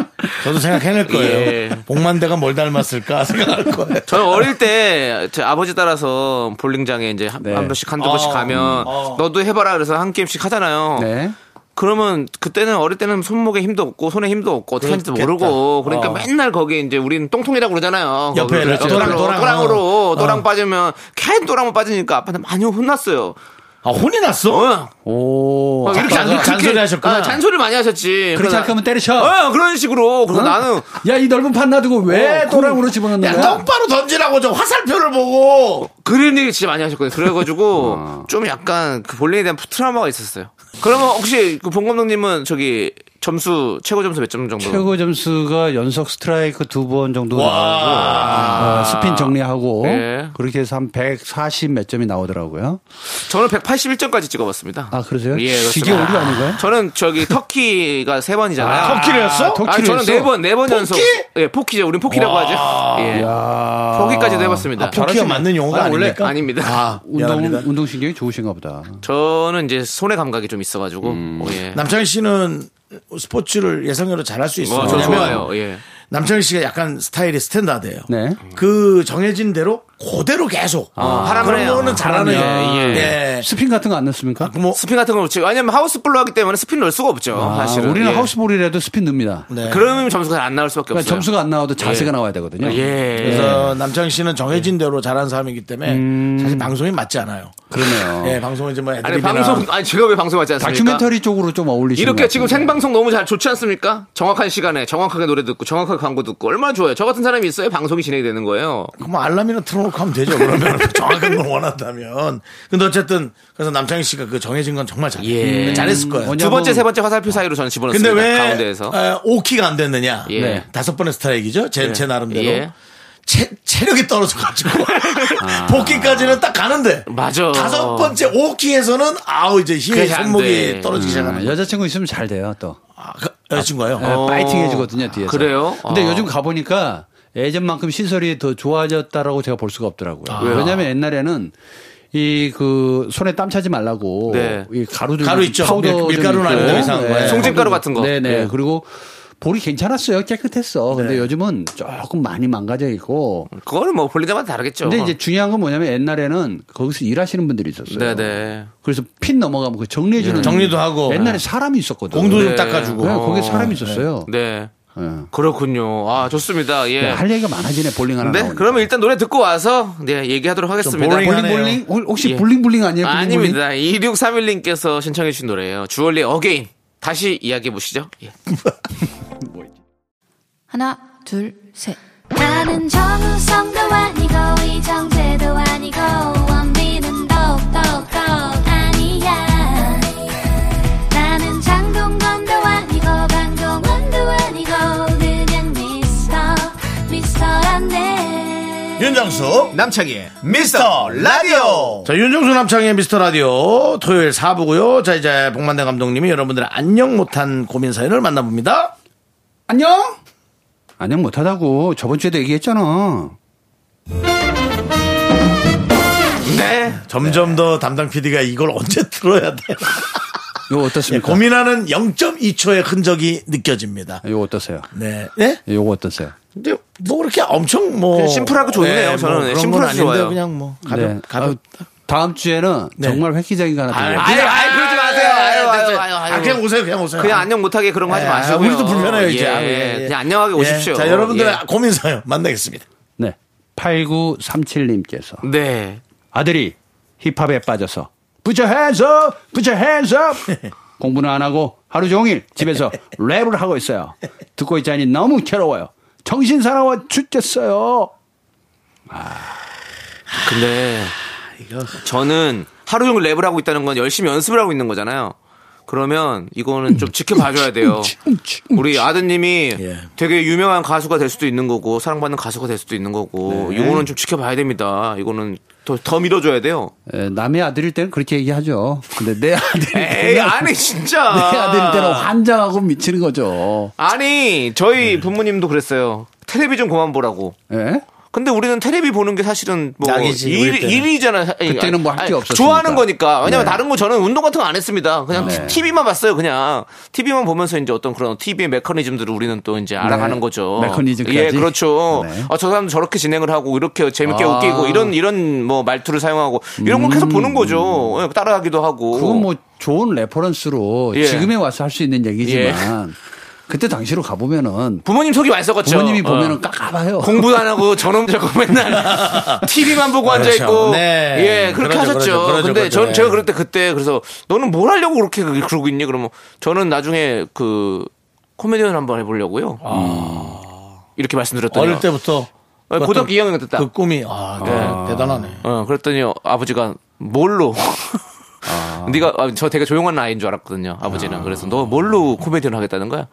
Speaker 1: 저도 생각해낼 거예요.
Speaker 5: 예.
Speaker 1: 복만대가 뭘 닮았을까 생각할 거예요.
Speaker 5: 저는 어릴 때, 제 아버지 따라서 볼링장에 이제 한,
Speaker 7: 네.
Speaker 5: 한 번씩, 한두 번씩
Speaker 1: 어,
Speaker 5: 가면,
Speaker 1: 어.
Speaker 5: 너도 해봐라 그래서 한 게임씩 하잖아요.
Speaker 7: 네.
Speaker 5: 그러면 그때는 어릴 때는 손목에 힘도 없고, 손에 힘도 없고, 어떻게 하는지도
Speaker 1: 그렇겠다.
Speaker 5: 모르고, 그러니까
Speaker 1: 어.
Speaker 5: 맨날 거기 이제 우리는 똥통이라고 그러잖아요.
Speaker 1: 옆에
Speaker 5: 거기
Speaker 1: 그렇죠.
Speaker 5: 도랑,
Speaker 1: 도랑, 도랑.
Speaker 5: 으로
Speaker 1: 어.
Speaker 5: 도랑 빠지면, 캔 도랑만 빠지니까 아빠한테 많이 혼났어요.
Speaker 1: 아, 혼이 났어?
Speaker 5: 어,
Speaker 7: 오
Speaker 5: 막 아, 이렇게
Speaker 1: 잔-
Speaker 5: 안-
Speaker 1: 아, 잔소리
Speaker 5: 그렇게-
Speaker 1: 하셨구나.
Speaker 5: 아, 잔소리를 많이 하셨지.
Speaker 7: 그렇지
Speaker 5: 그러나-
Speaker 7: 않게 하면 때리셔
Speaker 5: 어, 그런 식으로. 그래서 나는
Speaker 7: 야 이 넓은 판 놔두고 왜 도랑으로 집어넣는
Speaker 1: 야,
Speaker 7: 거야
Speaker 1: 아, 똑바로 던지라고 저 화살표를 보고.
Speaker 5: 그런 얘기 진짜 많이 하셨거든요. 그래가지고
Speaker 7: 어.
Speaker 5: 좀 약간 그 본인에 대한 트라우마가 있었어요. 그러면 혹시 그본 감독님은 저기 점수 최고 점수 몇 점 정도?
Speaker 7: 최고 점수가 연속 스트라이크 두 번 정도 나오고 어, 스핀 정리하고
Speaker 5: 네.
Speaker 7: 그렇게 해서 한 140 몇 점이 나오더라고요.
Speaker 5: 저는 181점까지 찍어봤습니다.
Speaker 7: 아 그러세요?
Speaker 5: 예, 그렇습니다.
Speaker 7: 이게 오류 아닌가요?
Speaker 5: 저는 저기 터키가 세 번이잖아요.
Speaker 1: 터키를했어
Speaker 7: 아,
Speaker 5: 아니,
Speaker 7: 터키를
Speaker 5: 저는 네
Speaker 7: 했어?
Speaker 5: 번, 네 번 연속. 예, 포키죠. 우린 포키라고 하죠. 예. 포키까지도 해봤습니다.
Speaker 1: 포키가 아, 맞는 용어가
Speaker 7: 아, 아니, 원래-
Speaker 1: 아닙니까?
Speaker 5: 아닙니다.
Speaker 1: 아,
Speaker 7: 운동
Speaker 1: 미안합니다.
Speaker 7: 운동신경이 좋으신가 보다.
Speaker 5: 저는 이제 손의 감각이 좀 있어가지고. 어, 예.
Speaker 1: 남창희 씨는 스포츠를 예상대로 잘할 수 있어요.
Speaker 5: 와, 저 좋아요.
Speaker 1: 왜냐면
Speaker 5: 예.
Speaker 1: 남창희 씨가 약간 스타일이 스탠다드예요.
Speaker 7: 네.
Speaker 1: 그 정해진 대로 그대로 계속
Speaker 5: 하라고
Speaker 1: 그런
Speaker 5: 해요.
Speaker 1: 거는 잘하는
Speaker 5: 예, 예.
Speaker 1: 예.
Speaker 7: 스핀 같은 거 안 넣습니까?
Speaker 1: 그 뭐,
Speaker 5: 스핀 같은 걸 치고 왜냐면 하우스볼로 하기 때문에 스핀 넣을 수가 없죠.
Speaker 7: 아,
Speaker 5: 사실은.
Speaker 7: 우리는
Speaker 5: 예.
Speaker 7: 하우스볼이라도 스핀 넣습니다.
Speaker 1: 네.
Speaker 5: 그러면 점수가 안 나올 수밖에 없어요.
Speaker 7: 그러니까 점수가 안 나와도 자세가
Speaker 5: 예.
Speaker 7: 나와야 되거든요. 네.
Speaker 5: 예.
Speaker 1: 그래서 남창희 씨는 정해진 대로 잘하는 사람이기 때문에 사실 방송이 맞지 않아요.
Speaker 7: 그러네요.
Speaker 1: 예, 방송은 이제 뭐
Speaker 5: 아니
Speaker 1: 애드립이나
Speaker 5: 방송 아니 제가 왜 방송 하지 않습니까?
Speaker 7: 다큐멘터리 쪽으로 좀 어울리시는
Speaker 5: 이렇게
Speaker 7: 것 음,
Speaker 5: 지금
Speaker 7: 같은데.
Speaker 5: 생방송 너무 잘 좋지 않습니까? 정확한 시간에 정확하게 노래 듣고 정확하게 광고 듣고 얼마나 좋아요. 저 같은 사람이 있어야 방송이 진행되는 거예요.
Speaker 1: 그럼 뭐 알람이나 틀어놓고 하면 되죠. 그러면 정확한 걸 원한다면. 근데 어쨌든 그래서 남창희 씨가 그 정해진 건 정말 잘해요.
Speaker 5: 예.
Speaker 1: 잘했을 거예요.
Speaker 7: 뭐냐- 아.
Speaker 5: 두 번째 세 번째 화살표 사이로
Speaker 1: 근데
Speaker 5: 저는 집어넣습니다.
Speaker 1: 왜
Speaker 5: 가운데에서.
Speaker 1: 에, 5키가 안 됐느냐?
Speaker 5: 예.
Speaker 1: 네. 다섯 번의 스트라이크죠. 제, 제 나름대로.
Speaker 5: 예.
Speaker 1: 체, 체력이 떨어져가지고 아. 복귀까지는 딱 가는데
Speaker 5: 아. 맞아.
Speaker 1: 다섯 번째 5키에서는 아우 이제 힘이
Speaker 5: 그게 안
Speaker 1: 손목이
Speaker 5: 돼. 음.
Speaker 1: 떨어지기
Speaker 7: 아,
Speaker 1: 시작합니다.
Speaker 7: 여자친구 있으면 잘 돼요 또.
Speaker 1: 아, 그 여자친구가요?
Speaker 5: 어.
Speaker 7: 예, 파이팅 해주거든요 뒤에서.
Speaker 5: 그래요?
Speaker 7: 근데
Speaker 1: 아.
Speaker 5: 어.
Speaker 7: 요즘 가보니까 예전만큼 시설이 더 좋아졌다라고 제가 볼 수가 없더라고요.
Speaker 5: 왜요?
Speaker 7: 왜냐하면 옛날에는 이 그 손에 땀 차지 말라고
Speaker 5: 네.
Speaker 7: 이 가루들
Speaker 1: 가루 있죠. 밀-
Speaker 7: 파우더
Speaker 1: 밀가루는
Speaker 7: 좀 있고. 네.
Speaker 1: 아닌데 이상한 거예요.
Speaker 5: 송진가루 같은 거.
Speaker 7: 네네
Speaker 5: 네.
Speaker 7: 그리고 볼이 괜찮았어요. 깨끗했어. 근데
Speaker 1: 네.
Speaker 7: 요즘은 조금 많이 망가져 있고.
Speaker 5: 그거는 뭐 볼리마다 다르겠죠.
Speaker 1: 어.
Speaker 7: 근데 이제 중요한 건 뭐냐면 옛날에는 거기서 일하시는 분들이 있었어요.
Speaker 5: 네네.
Speaker 7: 그래서 핀 넘어가면 그
Speaker 1: 음.
Speaker 7: 정리해주는.
Speaker 1: 네. 정리도 하고.
Speaker 7: 옛날에 사람이 있었거든.
Speaker 1: 공도 좀
Speaker 5: 음. 네.
Speaker 1: 닦아주고.
Speaker 7: 네, 거기에 사람이 있었어요.
Speaker 5: 네.
Speaker 7: 예.
Speaker 5: 그렇군요. 아, 좋습니다. 예.
Speaker 7: 야, 할 얘기가 많아지네 볼링 하나.
Speaker 5: 네,
Speaker 7: 나오니까.
Speaker 5: 그러면 일단 노래 듣고 와서 네, 얘기하도록 하겠습니다.
Speaker 1: 음, 보링
Speaker 7: 볼링
Speaker 1: 하네요.
Speaker 7: 볼링 어, 혹- 혹시
Speaker 5: 예.
Speaker 7: 볼링 볼링 아니에요? 볼링,
Speaker 5: 아닙니다. 2631님께서 신청해 주신 노래예요. 주얼리 어게인. 다시 이야기해 보시죠. 예.
Speaker 8: 하나, 둘, 셋.
Speaker 3: 나는 정우성도 아니고 이정재도 아니고 원빈은 더욱더 아니야 나는 장동건도 아니고 강동원도 아니고 그냥 미스터 미스터란데
Speaker 1: 윤정수 남창희의 미스터 라디오 자 윤정수 남창희의 미스터 라디오 토요일 4부고요 자 이제 복만대 감독님이 여러분들의 안녕 못한 고민 사연을 만나봅니다
Speaker 7: 안녕. 안녕 못하다고 저번 주에도 얘기했잖아.
Speaker 5: 네.
Speaker 1: 점점 더 담당 PD가 이걸 언제 들어야 돼요
Speaker 7: 이거
Speaker 1: 네,
Speaker 5: 그러니까.
Speaker 7: 어떻습니까?
Speaker 1: 고민하는 0.2초의 흔적이 느껴집니다
Speaker 5: 예.
Speaker 7: 이거 어떠세요?
Speaker 1: 네. 네?
Speaker 7: 이거 어떠세요?
Speaker 1: 근데 뭐 그렇게 엄청 뭐
Speaker 5: 그냥 심플하고 좋네요. 저는
Speaker 1: 그런 건
Speaker 5: 심플해서
Speaker 1: 아닌데
Speaker 5: 좋아요.
Speaker 1: 그냥 뭐 가볍
Speaker 7: 네.
Speaker 1: 가볍
Speaker 7: 아, 다음 주에는
Speaker 1: 네.
Speaker 7: 정말 획기적인 거 하나 들고.
Speaker 5: 아유, 예. 아유, 그러지 마세요. 아유, 아유, 아유,
Speaker 1: 아,
Speaker 5: 아유.
Speaker 1: 그냥 오세요 그냥 오세요
Speaker 5: 그냥 안녕 못하게 그런 거 하지
Speaker 1: 예,
Speaker 5: 마시고요.
Speaker 1: 우리도 불편해요 이제
Speaker 5: 예,
Speaker 1: 아, 예, 예.
Speaker 5: 그냥 안녕하게
Speaker 1: 예.
Speaker 5: 오십시오.
Speaker 1: 자 여러분들의
Speaker 5: 예.
Speaker 1: 고민 사연 만나겠습니다
Speaker 7: 네. 8937님께서
Speaker 5: 네.
Speaker 7: 아들이 힙합에 빠져서 Put your hands up, put your hands up. 공부는 안 하고 하루 종일 집에서 랩을 하고 있어요. 듣고 있자니 너무 괴로워요. 정신 사나워 죽겠어요.
Speaker 5: 근데 저는 하루 종일 랩을 하고 있다는 건 열심히 연습을 하고 있는 거잖아요. 그러면 이거는 좀 지켜봐줘야 돼요.
Speaker 7: 음,
Speaker 5: 우리 아드님이
Speaker 1: 예.
Speaker 5: 되게 유명한 가수가 될 수도 있는 거고 사랑받는 가수가 될 수도 있는 거고
Speaker 7: 네.
Speaker 5: 이거는 좀 지켜봐야 됩니다. 이거는 더, 더 밀어줘야 돼요.
Speaker 7: 에, 남의 아들일 때는 그렇게 얘기하죠. 근데 내 아들일
Speaker 5: 에이
Speaker 7: 때는
Speaker 5: 아니 진짜.
Speaker 7: 내 네. 아들일 때는 네. 환장하고 미치는 거죠.
Speaker 5: 아니 저희 부모님도 그랬어요. 텔레비 좀 그만 보라고.
Speaker 7: 예?
Speaker 5: 근데 우리는 텔레비 보는 게 사실은 뭐
Speaker 1: 낙이지, 우리
Speaker 5: 일,
Speaker 1: 때는.
Speaker 5: 일이잖아. 아니,
Speaker 7: 그때는 뭐할게
Speaker 5: 아니,
Speaker 7: 없었으니까.
Speaker 5: 좋아하는 거니까. 왜냐면
Speaker 7: 네.
Speaker 5: 다른 거 저는 운동 같은 거 안 했습니다. 그냥
Speaker 7: 네.
Speaker 5: TV만 봤어요. 그냥 TV만 보면서 이제 어떤 그런 TV의 메커니즘들을 우리는 또 이제 알아가는 거죠.
Speaker 7: 네. 메커니즘까지?
Speaker 5: 예, 그렇죠.
Speaker 7: 네.
Speaker 5: 아, 저 사람도 저렇게 진행을 하고 이렇게 재밌게
Speaker 7: 아. 음.
Speaker 5: 웃기고 이런 이런 뭐 말투를 사용하고 이런 걸 계속 보는 거죠. 예, 따라하기도 하고.
Speaker 7: 그건 뭐 좋은 레퍼런스로
Speaker 5: 예.
Speaker 7: 지금에 와서 할 수 있는 얘기지만 그때 당시로 가보면은
Speaker 5: 부모님 속이 많이 썩었죠.
Speaker 7: 부모님이
Speaker 5: 어.
Speaker 7: 보면은 까까봐요.
Speaker 5: 공부도 안 하고 저놈 저거 맨날 TV만 보고 앉아 있고
Speaker 1: 네.
Speaker 5: 예 그렇게
Speaker 1: 그러죠,
Speaker 5: 하셨죠.
Speaker 1: 그러죠, 그러죠,
Speaker 5: 근데
Speaker 1: 그러죠.
Speaker 5: 전
Speaker 1: 네.
Speaker 5: 제가 그럴 때 그때 그래서 너는 뭘 하려고 그렇게 그- 그러고 있니? 그러면 저는 나중에 그 코미디언 한번 해보려고요. 이렇게 말씀드렸더니
Speaker 1: 아. 어릴 때부터
Speaker 5: 어, 고등학교 2학년 때딱
Speaker 1: 그 꿈이 아, 네. 대단하네
Speaker 5: 어, 그랬더니 아버지가 뭘로 네가 아, 저 되게 조용한 아이인 줄 알았거든요. 아버지는 그래서 너 뭘로 코미디언 하겠다는 거야?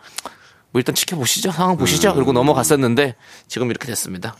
Speaker 5: 뭐 일단 지켜보시죠 상황
Speaker 1: 음.
Speaker 5: 보시죠. 그리고 넘어갔었는데 지금 이렇게 됐습니다.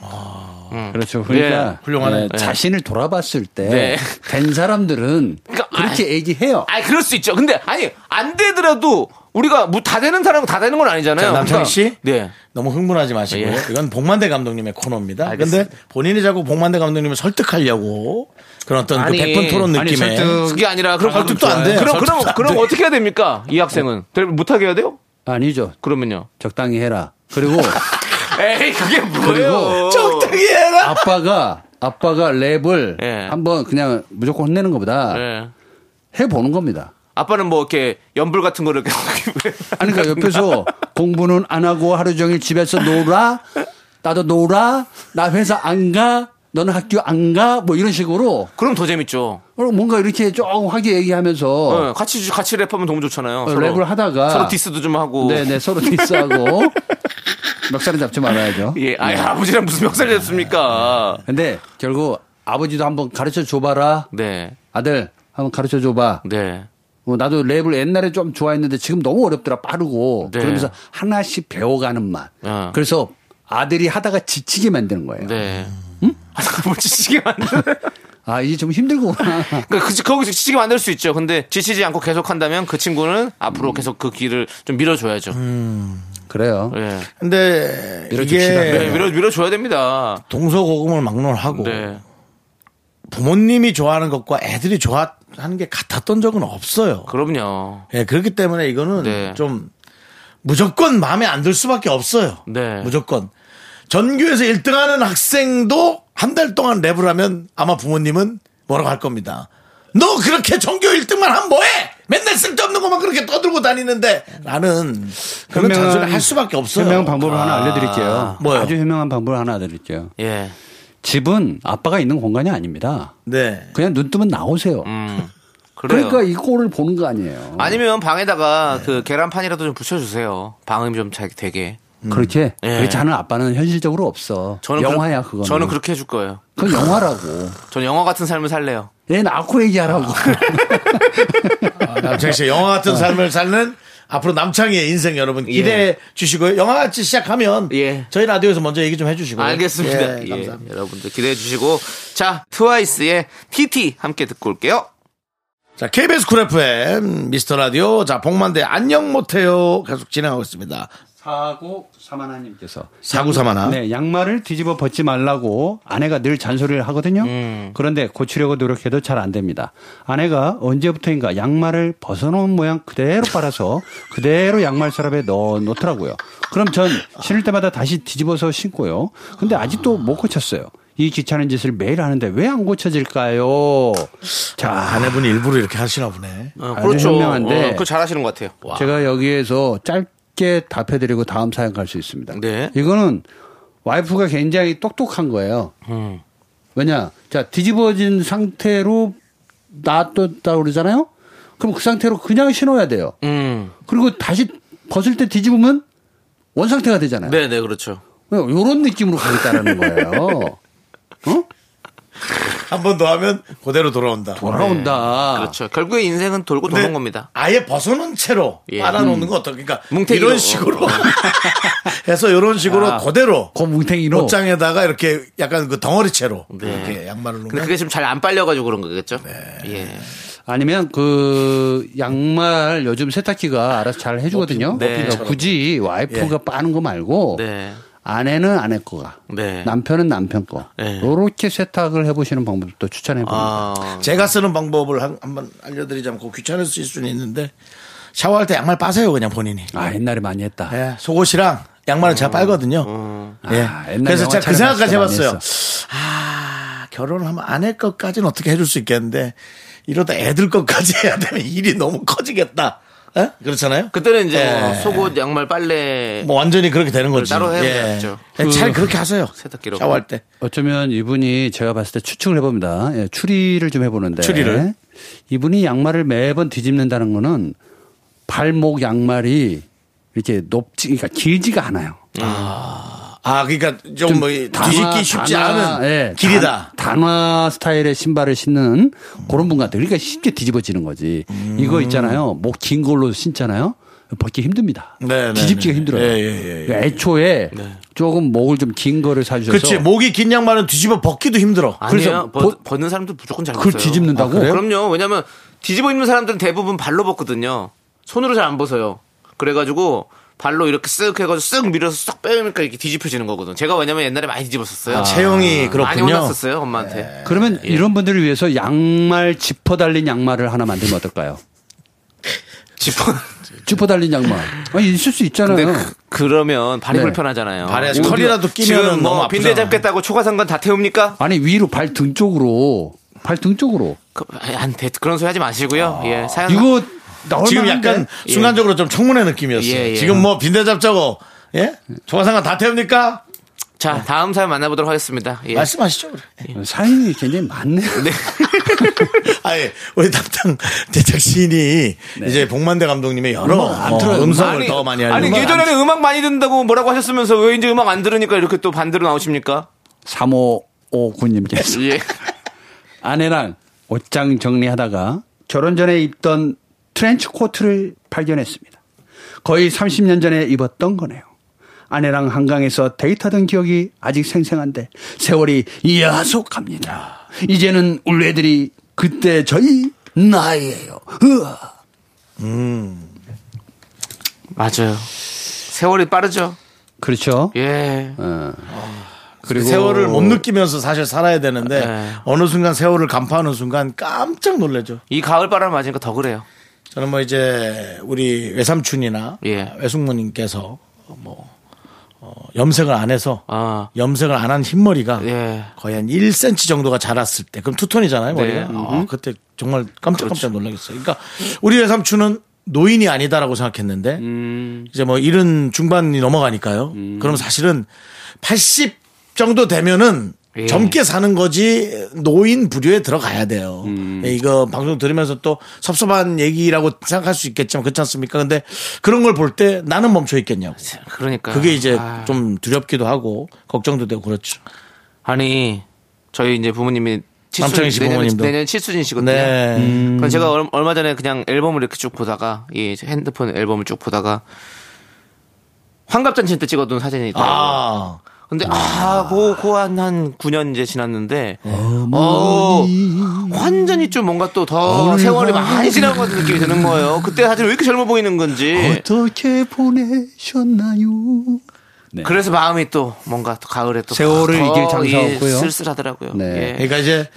Speaker 7: 그렇죠. 그러니까
Speaker 5: 예,
Speaker 1: 훌륭하네.
Speaker 7: 예, 자신을 돌아봤을 때 된
Speaker 5: 네.
Speaker 7: 사람들은
Speaker 5: 그러니까
Speaker 7: 그렇게
Speaker 5: 아,
Speaker 7: 얘기해요.
Speaker 5: 아니 그럴 수 있죠. 근데 아니 안 되더라도 우리가 뭐 다 되는 사람 은다 되는 건 아니잖아요.
Speaker 1: 자, 남창희
Speaker 5: 그러니까-
Speaker 1: 씨?
Speaker 5: 네.
Speaker 1: 너무 흥분하지 마시고
Speaker 5: 예.
Speaker 1: 이건 복만대 감독님의 코너입니다. 근데
Speaker 5: 알겠습니다.
Speaker 1: 본인이 자꾸 복만대 감독님을 설득하려고 그런 어떤 그
Speaker 5: 아니,
Speaker 1: 백분 토론
Speaker 7: 아니,
Speaker 1: 느낌에
Speaker 7: 설득-
Speaker 5: 그게 아니라 그럼
Speaker 1: 설득도 안 돼요.
Speaker 5: 그럼 그럼
Speaker 1: 설득도 안
Speaker 5: 그럼
Speaker 1: 돼요. 어.
Speaker 5: 어떻게 해야 됩니까? 이 학생은 대- 못하게 해야 돼요?
Speaker 7: 아니죠.
Speaker 5: 그러면요.
Speaker 7: 적당히 해라. 그리고
Speaker 5: 에이 그게
Speaker 7: 그리고
Speaker 5: 뭐예요?
Speaker 1: 적당히 해라.
Speaker 7: 아빠가 아빠가 랩을
Speaker 5: 예.
Speaker 7: 한번 그냥 무조건 혼내는 것보다
Speaker 5: 예.
Speaker 7: 해보는 겁니다.
Speaker 5: 아빠는 뭐 이렇게 연불 같은 거를 이렇게
Speaker 7: 아니 그러니까 옆에서 공부는 안 하고 하루 종일 집에서 놀아. 나도 놀아. 나 회사 안 가. 너는 학교 안 가. 뭐 이런 식으로
Speaker 5: 그럼 더 재밌죠.
Speaker 7: 그리고 뭔가 이렇게 조하게 얘기하면서
Speaker 5: 예, 같이 같이 랩하면 너무 좋잖아요.
Speaker 7: 어, 랩을 하다가
Speaker 5: 서로 디스도 좀 하고.
Speaker 7: 네네 서로 디스하고 멱살은 잡지 말아야죠.
Speaker 5: 예, 아이, 아버지랑 무슨 멱살이 됐습니까?
Speaker 7: 근데 결국 아버지도 한번 가르쳐 줘봐라.
Speaker 5: 네,
Speaker 7: 아들 한번 가르쳐 줘봐.
Speaker 5: 네.
Speaker 7: 어, 나도 랩을 옛날에 좀 좋아했는데 지금 너무 어렵더라 빠르고
Speaker 5: 네.
Speaker 7: 그러면서 하나씩 배워가는 맛.
Speaker 5: 어.
Speaker 7: 그래서 아들이 하다가 지치게 만드는 거예요.
Speaker 5: 네. 응? 뭐 지치게 만드는.
Speaker 7: 아 이제 좀 힘들구나.
Speaker 5: 그러니까 그, 거기서 지치게 만들 수 있죠. 근데 지치지 않고 계속 한다면 그 친구는 앞으로 계속 그 길을 좀 밀어줘야죠.
Speaker 7: 음. 그래요.
Speaker 5: 예.
Speaker 1: 근데
Speaker 7: 밀어줍시다.
Speaker 5: 네,
Speaker 1: 이게
Speaker 5: 밀어, 밀어줘야 됩니다.
Speaker 1: 동서고금을 막론하고
Speaker 5: 네.
Speaker 1: 부모님이 좋아하는 것과 애들이 좋아하는 게 같았던 적은 없어요.
Speaker 5: 그럼요.
Speaker 1: 예, 그렇기 때문에 이거는
Speaker 5: 네.
Speaker 1: 좀 무조건 마음에 안 들 수밖에 없어요.
Speaker 5: 네.
Speaker 1: 무조건. 전교에서 1등하는 학생도 한 달 동안 랩을 하면 아마 부모님은 뭐라고 할 겁니다. 너 그렇게 전교 1등만 하면 뭐해? 맨날 쓸데없는 것만 그렇게 떠들고 다니는데 라는 그런
Speaker 7: 현명한-
Speaker 1: 잔소리를 할 수밖에 없어요.
Speaker 7: 현명한 방법을 하나 알려드릴게요.
Speaker 1: 뭐요?
Speaker 7: 아주 현명한 방법을 하나 알려드릴게요.
Speaker 5: 예.
Speaker 7: 집은 아빠가 있는 공간이 아닙니다.
Speaker 1: 네.
Speaker 7: 그냥 눈 뜨면 나오세요.
Speaker 5: 그래요.
Speaker 7: 그러니까 이 네. 꼴을 보는 거 아니에요.
Speaker 5: 아니면 방에다가 그 계란판이라도 좀 붙여주세요. 방음 좀 자- 되게.
Speaker 7: 그렇게
Speaker 5: 예.
Speaker 7: 그렇지 않은 아빠는 현실적으로 없어. 영화야
Speaker 5: 그렇-
Speaker 7: 그거.
Speaker 5: 저는 그렇게 해줄 거예요.
Speaker 7: 그건 영화라고.
Speaker 5: 저는 영화 같은 삶을 살래요.
Speaker 7: 얘 낳고 얘기하라고.
Speaker 1: 남창희 씨 영화 같은 삶을 사는 앞으로 남창희의 인생 여러분 기대해 주시고요. 영화 같이 시작하면
Speaker 5: 예.
Speaker 1: 저희 라디오에서 먼저 얘기 좀
Speaker 7: 네.
Speaker 1: 해주시고요.
Speaker 5: 알겠습니다.
Speaker 1: 예,
Speaker 5: 예,
Speaker 1: 감사합니다.
Speaker 5: 여러분들 기대해 주시고 자 트와이스의 TT 함께 듣고 올게요.
Speaker 1: 자, KBS 쿨 FM 미스터 라디오 자 복만대 안녕 못해요 계속 진행하고 있습니다.
Speaker 7: 사고 사만하님께서
Speaker 1: 사구사만아.
Speaker 7: 네 양말을 뒤집어 벗지 말라고 아내가 늘 잔소리를 하거든요.
Speaker 1: 음.
Speaker 7: 그런데 고치려고 노력해도 잘 안 됩니다. 아내가 언제부터인가 양말을 벗어놓은 모양 그대로 빨아서 그대로 양말 서랍에 넣어 놓더라고요. 그럼 전 신을 때마다 다시 뒤집어서 신고요. 근데 아직도 못 고쳤어요. 이 귀찮은 짓을 매일 하는데 왜 안 고쳐질까요? 자,
Speaker 1: 아내분이 일부러 이렇게 하시나 보네.
Speaker 5: 어,
Speaker 7: 아주 현명한데.
Speaker 5: 그거 잘하시는 것 같아요.
Speaker 7: 제가 여기에서 짧게 답해드리고 다음 사연 갈 수 있습니다.
Speaker 5: 네.
Speaker 7: 이거는 와이프가 굉장히 똑똑한 거예요.
Speaker 5: 음.
Speaker 7: 왜냐, 자 뒤집어진 상태로 놔뒀다 그러잖아요. 그럼 그 상태로 그냥 신어야 돼요.
Speaker 5: 음,
Speaker 7: 그리고 다시 벗을 때 뒤집으면 원 상태가 되잖아요.
Speaker 5: 네, 네, 그렇죠.
Speaker 7: 요런 느낌으로 가겠다라는 거예요. 어?
Speaker 1: 한 번 더 하면 그대로 돌아온다.
Speaker 7: 돌아온다.
Speaker 5: 네.
Speaker 7: 네.
Speaker 5: 그렇죠. 결국에 인생은 돌고 도는
Speaker 1: 근데
Speaker 5: 겁니다.
Speaker 1: 아예 벗어놓은 채로
Speaker 5: 예.
Speaker 1: 빨아놓는 거 어떨까? 그러니까
Speaker 5: 뭉태기로.
Speaker 1: 이런 식으로 해서 이런 식으로
Speaker 7: 아,
Speaker 1: 그대로
Speaker 7: 그 뭉탱이로.
Speaker 1: 옷장에다가 이렇게 약간 그 덩어리 채로
Speaker 5: 네.
Speaker 1: 이렇게 양말을 놓으면
Speaker 5: 근데 그게 지금 잘 안 빨려가지고 그런 거겠죠?
Speaker 7: 네.
Speaker 5: 예.
Speaker 7: 아니면 그 양말 요즘 세탁기가 알아서 잘 해주거든요.
Speaker 5: 네. 예.
Speaker 7: 그러니까 굳이 와이프가 빠는 거 말고
Speaker 5: 네.
Speaker 7: 아내는 아내 거가
Speaker 5: 네.
Speaker 7: 남편은 남편 거
Speaker 5: 네.
Speaker 7: 요렇게 세탁을 해보시는 방법도 추천해 봅니다.
Speaker 5: 아,
Speaker 1: 제가 쓰는 방법을 한, 한번 알려드리자면 그거 귀찮을 수 있을 수는 있는데 샤워할 때 양말 빠세요 그냥 본인이.
Speaker 7: 아, 옛날에 많이
Speaker 5: 네.
Speaker 7: 했다.
Speaker 1: 예, 속옷이랑 양말은 제가 빨거든요. 예.
Speaker 7: 아, 옛날
Speaker 1: 그래서
Speaker 7: 영화
Speaker 1: 제가 그 생각까지
Speaker 7: 촬영할 때 많이
Speaker 1: 해봤어요. 아, 결혼하면 아내 것까지는 어떻게 해줄 수 있겠는데 이러다 애들 것까지 해야 되면 일이 너무 커지겠다. 예? 그렇잖아요?
Speaker 5: 그때는 이제 뭐
Speaker 7: 네.
Speaker 1: 예.
Speaker 5: 속옷, 양말, 빨래
Speaker 1: 뭐 완전히 그렇게 되는 거지.
Speaker 5: 따로 해야
Speaker 1: 예.
Speaker 5: 되겠죠.
Speaker 1: 예, 잘 그렇게 하세요.
Speaker 5: 세탁기로.
Speaker 1: 샤워할 때.
Speaker 7: 어쩌면 이분이 제가 봤을 때 추측을 해봅니다. 예, 추리를 좀 해보는데
Speaker 1: 추리를?
Speaker 7: 이분이 양말을 매번 뒤집는다는 거는 발목 양말이 이렇게 높지, 그러니까 길지가 않아요.
Speaker 1: 아, 그러니까 좀 뭐 뒤집기 쉽지 않은
Speaker 7: 예,
Speaker 1: 길이다.
Speaker 7: 단, 단화 스타일의 신발을 신는 그런 분 같아요. 그러니까 쉽게 뒤집어지는 거지.
Speaker 1: 음.
Speaker 7: 이거 있잖아요. 목 긴 걸로 신잖아요. 벗기 힘듭니다.
Speaker 1: 네, 네,
Speaker 7: 뒤집기가
Speaker 1: 네.
Speaker 7: 힘들어요.
Speaker 1: 예, 예, 예, 예.
Speaker 7: 그러니까 애초에 조금 목을 좀 긴 거를 사주셔서
Speaker 1: 그렇지. 목이 긴 양말은 뒤집어 벗기도 힘들어.
Speaker 5: 아니요.
Speaker 7: 그래서
Speaker 5: 벗,
Speaker 7: 벗-
Speaker 5: 벗는 사람도 무조건 잘
Speaker 7: 그걸
Speaker 5: 벗어요.
Speaker 7: 뒤집는다고?
Speaker 5: 아, 그래요? 그럼요. 왜냐면 뒤집어 입는 사람들은 대부분 발로 벗거든요. 손으로 잘 안 벗어요. 그래가지고 발로 이렇게 쓱 해가지고 쓱 밀어서 쏙 빼니까 이렇게 뒤집혀지는 거거든. 요 제가 왜냐면 옛날에 많이 뒤집었었어요.
Speaker 7: 아,
Speaker 1: 채용이
Speaker 5: 많이
Speaker 1: 그렇군요.
Speaker 5: 혼났었어요 엄마한테.
Speaker 7: 네. 그러면
Speaker 1: 예.
Speaker 7: 이런 분들을 위해서 양말 지퍼 달린 양말을 하나 만들면 어떨까요?
Speaker 5: 지퍼.
Speaker 7: 지퍼 달린 양말. 아니, 있을 수
Speaker 5: 근데
Speaker 7: 있잖아요.
Speaker 5: 그, 그러면 발이
Speaker 7: 음. 네.
Speaker 5: 불편하잖아요.
Speaker 1: 발에
Speaker 5: 지금
Speaker 1: 컬이라도 끼면
Speaker 5: 지금
Speaker 1: 너무
Speaker 5: 뭐
Speaker 1: 아프잖아.
Speaker 5: 빈대 잡겠다고 초과상관 다 태웁니까?
Speaker 7: 아니, 위로 발 등 쪽으로. 발 등 쪽으로.
Speaker 5: 그, 아니, 안 돼. 그런 소리 하지
Speaker 1: 아.
Speaker 5: 마시고요. 예, 사연
Speaker 7: 이거 나올
Speaker 1: 지금
Speaker 7: 만한데.
Speaker 1: 약간 순간적으로 좀 청문회 느낌이었어요.
Speaker 5: 예, 예.
Speaker 1: 지금 뭐 빈대 잡자고 예? 조화상관 다 태웁니까?
Speaker 5: 자 다음 사연 만나보도록 하겠습니다. 예.
Speaker 1: 말씀하시죠. 그래.
Speaker 7: 사연이 굉장히 많네요.
Speaker 1: 아예 우리 담당 제작진이 이제 복만대 감독님의 여러
Speaker 7: 안
Speaker 1: 어,
Speaker 7: 틀어요.
Speaker 1: 음성을
Speaker 5: 아니,
Speaker 1: 더 많이
Speaker 5: 아니
Speaker 1: 하려고
Speaker 5: 예전에는 음악 많이 듣는다고 뭐라고 하셨으면서 왜 이제 음악 안 들으니까 이렇게 또 반대로 나오십니까?
Speaker 7: 3559님께서.
Speaker 5: 예.
Speaker 7: 아내랑 옷장 정리하다가 결혼 전에 입던 트렌치 코트를 발견했습니다. 거의 30년 전에 입었던 거네요. 아내랑 한강에서 데이트하던 기억이 아직 생생한데 세월이 야속합니다. 이제는 우리 애들이 그때 저희 나이에요. 으아.
Speaker 5: 맞아요. 세월이 빠르죠.
Speaker 7: 그렇죠.
Speaker 5: 예.
Speaker 7: 그리고
Speaker 1: 세월을 못 느끼면서 사실 살아야 되는데
Speaker 5: 네.
Speaker 1: 어느 순간 세월을 간파하는 순간 깜짝 놀라죠.
Speaker 5: 이 가을 바람 맞으니까 더 그래요.
Speaker 1: 저는 뭐 이제 우리 외삼촌이나
Speaker 5: 예.
Speaker 1: 외숙모님께서 뭐 어, 염색을 안 해서
Speaker 5: 아.
Speaker 1: 염색을 안 한 흰머리가
Speaker 5: 예.
Speaker 1: 거의 한 1cm 정도가 자랐을 때 그럼 투톤이잖아요
Speaker 5: 네.
Speaker 1: 머리가 아, 그때 정말
Speaker 5: 그렇죠.
Speaker 1: 깜짝깜짝 놀라겠어요 그러니까 우리 외삼촌은 노인이 아니다라고 생각했는데
Speaker 5: 음.
Speaker 1: 이제 뭐 이른 중반이 넘어가니까요 그럼 사실은 80 정도 되면은
Speaker 5: 예.
Speaker 1: 젊게 사는 거지 노인 부류에 들어가야 돼요.
Speaker 5: 음.
Speaker 1: 네, 이거 방송 들으면서 또 섭섭한 얘기라고 생각할 수 있겠지만 그렇지 않습니까? 근데 그런 걸 볼 때 나는 멈춰 있겠냐고.
Speaker 5: 그러니까
Speaker 1: 그게 이제
Speaker 5: 아.
Speaker 1: 좀 두렵기도 하고 걱정도 되고 그렇죠.
Speaker 5: 아니 저희 이제 부모님이
Speaker 1: 남창희 씨
Speaker 5: 내년-
Speaker 1: 부모님도.
Speaker 5: 내년 칠순이 시거든요. 음.
Speaker 1: 네.
Speaker 7: 음.
Speaker 5: 그럼 제가 얼- 얼마 전에 그냥 앨범을 이렇게 쭉 보다가 이 핸드폰 앨범을 쭉 보다가 환갑잔치 때 찍어둔 사진이 있더라고요.
Speaker 1: 아.
Speaker 5: 근데 아, 고 고한 한 9년 이제 지났는데 어, 완전히 좀 뭔가 또 더 세월이 많이 지난 것 같은 느낌이 드는 거예요. 그때 사진 왜 이렇게 젊어 보이는 건지.
Speaker 7: 어떻게 보내셨나요? 네.
Speaker 5: 그래서 마음이 또 뭔가 또 가을에 또
Speaker 7: 세월을
Speaker 5: 더
Speaker 7: 이길 장사
Speaker 5: 이
Speaker 7: 없고요.
Speaker 5: 쓸쓸하더라고요.
Speaker 7: 네.
Speaker 5: 예.
Speaker 1: 그러니까 이제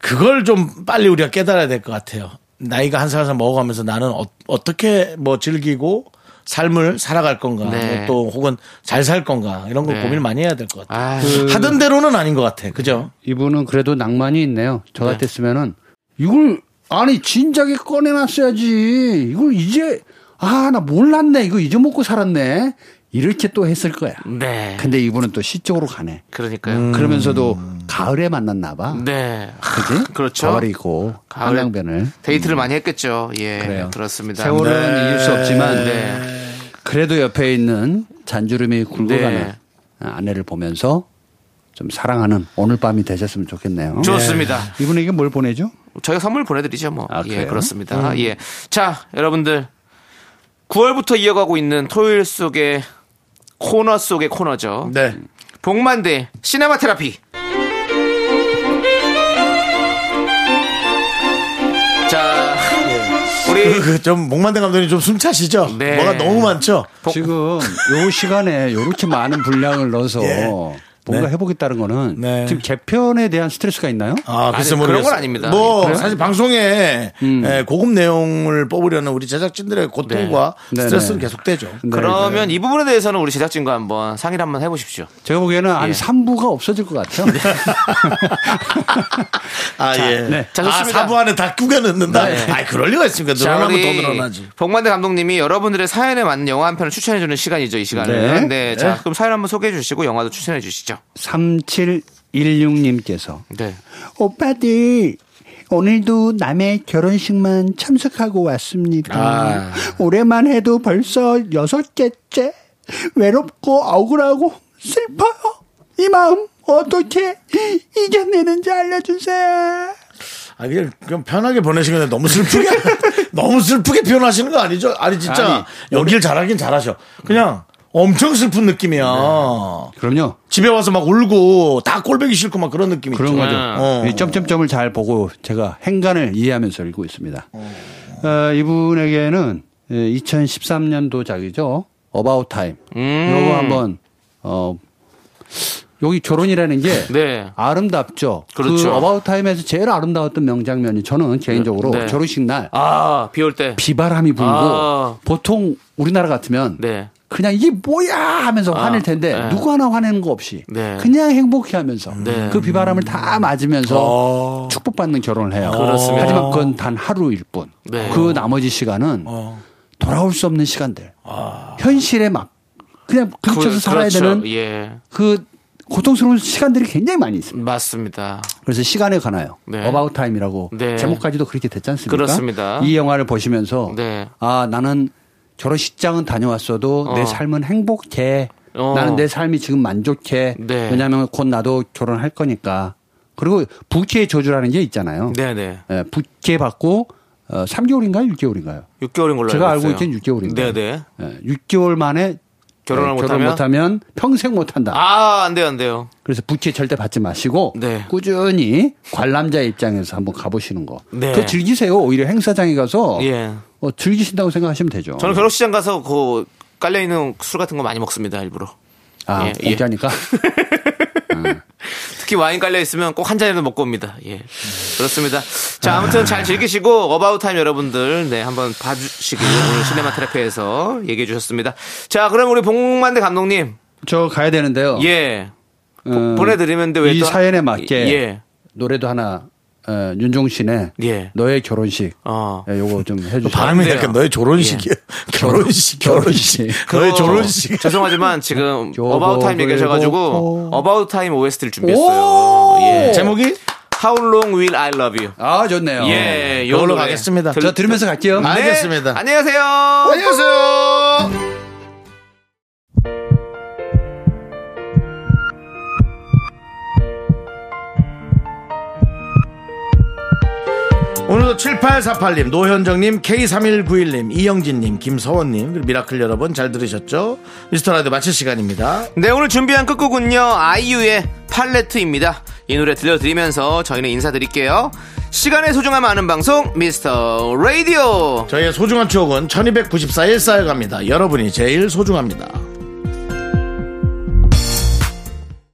Speaker 1: 그걸 좀 빨리 우리가 깨달아야 될 것 같아요. 나이가 한 살 한 살 먹어가면서 나는 어, 떻게뭐 즐기고 삶을 살아갈 건가 뭐
Speaker 5: 네.
Speaker 1: 또 혹은 잘 살 건가 이런 걸
Speaker 5: 네.
Speaker 1: 고민을 많이 해야 될 것 같아요. 그
Speaker 5: 아,
Speaker 1: 하던 대로는 아닌 것 같아. 그죠?
Speaker 7: 이분은 그래도 낭만이 있네요. 저 같았으면은 이걸 아니 진작에 꺼내놨어야지. 이걸 이제 아 나 몰랐네. 이거 잊어먹고 살았네. 이렇게 또 했을 거야.
Speaker 5: 네.
Speaker 7: 근데 이분은 또 시적으로 가네.
Speaker 5: 그러니까요.
Speaker 7: 그러면서도 가을에 만났나 봐.
Speaker 5: 네.
Speaker 7: 음. 그지?
Speaker 5: 그렇죠.
Speaker 7: 가을이고
Speaker 5: 가을에-
Speaker 7: 한양변을 음.
Speaker 5: 데이트를 많이 했겠죠. 예.
Speaker 7: 그래요.
Speaker 5: 렇습니다
Speaker 7: 세월은 이길 수 없지만
Speaker 5: 네.
Speaker 7: 그래도 옆에 있는 잔주름이 굵어가는
Speaker 5: 네.
Speaker 7: 아내를 보면서 좀 사랑하는 오늘 밤이 되셨으면 좋겠네요.
Speaker 5: 좋습니다.
Speaker 7: 이분에게 뭘 보내죠?
Speaker 5: 저희가 선물 보내드리죠, 뭐.
Speaker 7: 아,
Speaker 5: 예,
Speaker 7: 그래요?
Speaker 5: 그렇습니다. 예. 자, 여러분들. 9월부터 이어가고 있는 토요일 속의 코너 속의 코너죠.
Speaker 1: 네.
Speaker 5: 복만대 시네마 테라피. 자,
Speaker 7: 예. 네,
Speaker 5: 우리
Speaker 1: 그 좀 목만대 감독님 좀 숨 차시죠?
Speaker 5: 네.
Speaker 1: 뭐가 너무 많죠?
Speaker 7: 지금 요 시간에 요렇게 많은 분량을 넣어서
Speaker 1: 예.
Speaker 7: 뭔가
Speaker 1: 네.
Speaker 7: 해보겠다는 거는
Speaker 1: 네.
Speaker 7: 지금 개편에 대한 스트레스가 있나요?
Speaker 1: 아, 글쎄
Speaker 5: 아니, 그런
Speaker 1: 모르겠어요.
Speaker 5: 건 아닙니다. 네. 음.
Speaker 1: 뭐
Speaker 5: 그래요?
Speaker 1: 사실 방송에 에, 고급 내용을 뽑으려는 우리 제작진들의 고통과
Speaker 7: 네.
Speaker 1: 스트레스는
Speaker 7: 네, 네.
Speaker 1: 계속되죠.
Speaker 5: 그러면 이 부분에 대해서는 우리 제작진과 한번 상의를 한번 해보십시오.
Speaker 7: 제가 보기에는 한
Speaker 5: 예.
Speaker 7: 3부가 없어질 것 같아요.
Speaker 1: 아, 예.
Speaker 7: 네.
Speaker 5: 자,
Speaker 1: 아,
Speaker 5: 좋습니다.
Speaker 1: 사부 안에 다 꾸겨 넣는다.
Speaker 5: 네.
Speaker 1: 아, 그럴 리가 있습니까?
Speaker 5: 자,
Speaker 1: 늘어나면 뭐 더
Speaker 5: 우리
Speaker 1: 늘어나지.
Speaker 5: 복만대 감독님이 여러분들의 사연에 맞는 영화 한 편을 추천해주는 시간이죠, 이
Speaker 7: 네.
Speaker 5: 시간은. 네. 자, 그럼 사연 한번 소개해 주시고 영화도 추천해 주시죠.
Speaker 7: 3716님께서
Speaker 5: 네.
Speaker 7: 오빠들 오늘도 남의 결혼식만 참석하고 왔습니다. 아. 올해만 해도 벌써 여섯 개째 외롭고 억울하고 슬퍼요. 이 마음 어떻게 이겨내는지 알려주세요.
Speaker 1: 아, 그냥, 그냥 편하게 보내시는데 너무 슬프게, 너무 슬프게 표현하시는 거 아니죠? 아니, 진짜. 여길 잘하긴 잘하셔. 그냥 엄청 슬픈 느낌이야.
Speaker 7: 그럼요.
Speaker 1: 집에 와서 막 울고 다 꼴배기 싫고 막 그런 느낌이
Speaker 7: 그런
Speaker 1: 있죠.
Speaker 7: 거죠.
Speaker 1: 어.
Speaker 7: 이 점점점을 잘 보고 제가 행간을 이해하면서 읽고 있습니다. 어, 이분에게는 2013년도작이죠. About Time.
Speaker 5: 음.
Speaker 7: 요거 한번 어 여기 결혼이라는 게
Speaker 5: 네.
Speaker 7: 아름답죠.
Speaker 5: 그렇죠.
Speaker 7: 그 About Time에서 제일 아름다웠던 명장면이 저는 개인적으로
Speaker 5: 네.
Speaker 7: 결혼식 날
Speaker 5: 아, 비 올 때.
Speaker 7: 비바람이 불고
Speaker 5: 아.
Speaker 7: 보통 우리나라 같으면
Speaker 5: 네.
Speaker 7: 그냥 이게 뭐야 하면서 화낼 텐데
Speaker 5: 네.
Speaker 7: 누구 하나 화내는 거 없이
Speaker 5: 네.
Speaker 7: 그냥 행복해 하면서
Speaker 5: 네. 어.
Speaker 7: 그 비바람을 다 맞으면서 축복받는 결혼을 해요.
Speaker 5: 그렇습니다.
Speaker 7: 하지만 그건 단 하루일 뿐.
Speaker 5: 네.
Speaker 7: 그 나머지 시간은 돌아올 수 없는 시간들. 현실에 막 그냥 부딪혀서
Speaker 5: 그-
Speaker 7: 살아야
Speaker 5: 그렇죠.
Speaker 7: 되는
Speaker 5: 예.
Speaker 7: 그 고통스러운 시간들이 굉장히 많이 있습니다.
Speaker 5: 맞습니다.
Speaker 7: 그래서 시간에 관하여
Speaker 5: 네.
Speaker 7: About Time이라고
Speaker 5: 네.
Speaker 7: 제목까지도 그렇게 됐지 않습니까?
Speaker 5: 그렇습니다.
Speaker 7: 이 영화를 보시면서
Speaker 5: 네.
Speaker 7: 아 나는 저런 식장은 다녀왔어도
Speaker 5: 어.
Speaker 7: 내 삶은 행복해.
Speaker 5: 어.
Speaker 7: 나는 내 삶이 지금 만족해.
Speaker 5: 네.
Speaker 7: 왜냐하면 곧 나도 결혼할 거니까. 그리고 부캐 저주라는 게 있잖아요.
Speaker 5: 네, 네.
Speaker 7: 예, 부캐 받고 어, 3개월인가요? 6개월인가요?
Speaker 5: 6개월인 걸로
Speaker 7: 제가 알고
Speaker 5: 알고 있어요.
Speaker 7: 있기는 6개월인데.
Speaker 5: 네, 네.
Speaker 7: 6개월 만에
Speaker 5: 결혼을
Speaker 7: 예,
Speaker 5: 못하면?
Speaker 7: 못하면 평생 못한다.
Speaker 5: 아, 안 돼요, 안 돼요.
Speaker 7: 그래서 부채 절대 받지 마시고
Speaker 5: 네.
Speaker 7: 꾸준히 관람자 입장에서 한번 가보시는 거.
Speaker 5: 네.
Speaker 7: 더 즐기세요. 오히려 행사장에 가서
Speaker 5: 예.
Speaker 7: 어, 즐기신다고 생각하시면 되죠.
Speaker 5: 저는 결혼시장 가서 그 깔려 예, 있는 술 같은 거 많이 먹습니다, 일부러.
Speaker 7: 아
Speaker 5: 예, 예.
Speaker 7: 공짜니까
Speaker 5: 특히 와인 깔려 있으면 꼭 한 잔이라도 먹고 옵니다. 예. 그렇습니다. 자, 아무튼 잘 즐기시고 어바웃 타임 여러분들 네, 한번 봐 주시길 오늘 시네마 테라피에서 얘기해 주셨습니다. 자, 그럼 우리 봉만대 감독님.
Speaker 7: 저 가야 되는데요.
Speaker 5: 예.
Speaker 1: 그
Speaker 7: 어,
Speaker 5: 보내 드리는데 왜
Speaker 7: 이
Speaker 5: 또-
Speaker 7: 사연에 맞게
Speaker 5: 예.
Speaker 7: 노래도 하나 어, 윤종신의
Speaker 1: 네,
Speaker 5: 예.
Speaker 7: 너의 결혼식
Speaker 5: 어.
Speaker 7: 예, 요거 좀 해주세요.
Speaker 1: 발음이
Speaker 5: 반대요.
Speaker 1: 약간 너의 조론식이에요. 예. 결혼식,
Speaker 7: 예.
Speaker 1: 결혼식. 어. 너의
Speaker 5: 그거
Speaker 1: 조론식.
Speaker 5: 어. 죄송하지만 지금
Speaker 7: 교복
Speaker 5: 어바웃 타임 얘기하셔 가지고
Speaker 7: 입고.
Speaker 5: 어바웃 타임 OST를 준비했어요. 예.
Speaker 1: 제목이?
Speaker 5: How long will I love you?
Speaker 7: 아 좋네요.
Speaker 5: 예, 요
Speaker 1: 이걸로
Speaker 5: 노래.
Speaker 1: 가겠습니다.
Speaker 7: 저 들으면서 갈게요.
Speaker 1: 아, 알겠습니다. 어,
Speaker 5: 네, 안녕히 가세요.
Speaker 1: 안녕하세요. 오늘도 7848님, 노현정님, K3191님, 이영진님, 김서원님, 그리고 미라클 여러분 잘 들으셨죠? 미스터 라디오 마칠 시간입니다.
Speaker 5: 네, 오늘 준비한 끝곡은요. 아이유의 팔레트입니다. 이 노래 들려드리면서 저희는 인사드릴게요. 시간의 소중함 아는 방송 미스터 라디오.
Speaker 1: 저희의 소중한 추억은 1294일 쌓여갑니다. 여러분이 제일 소중합니다.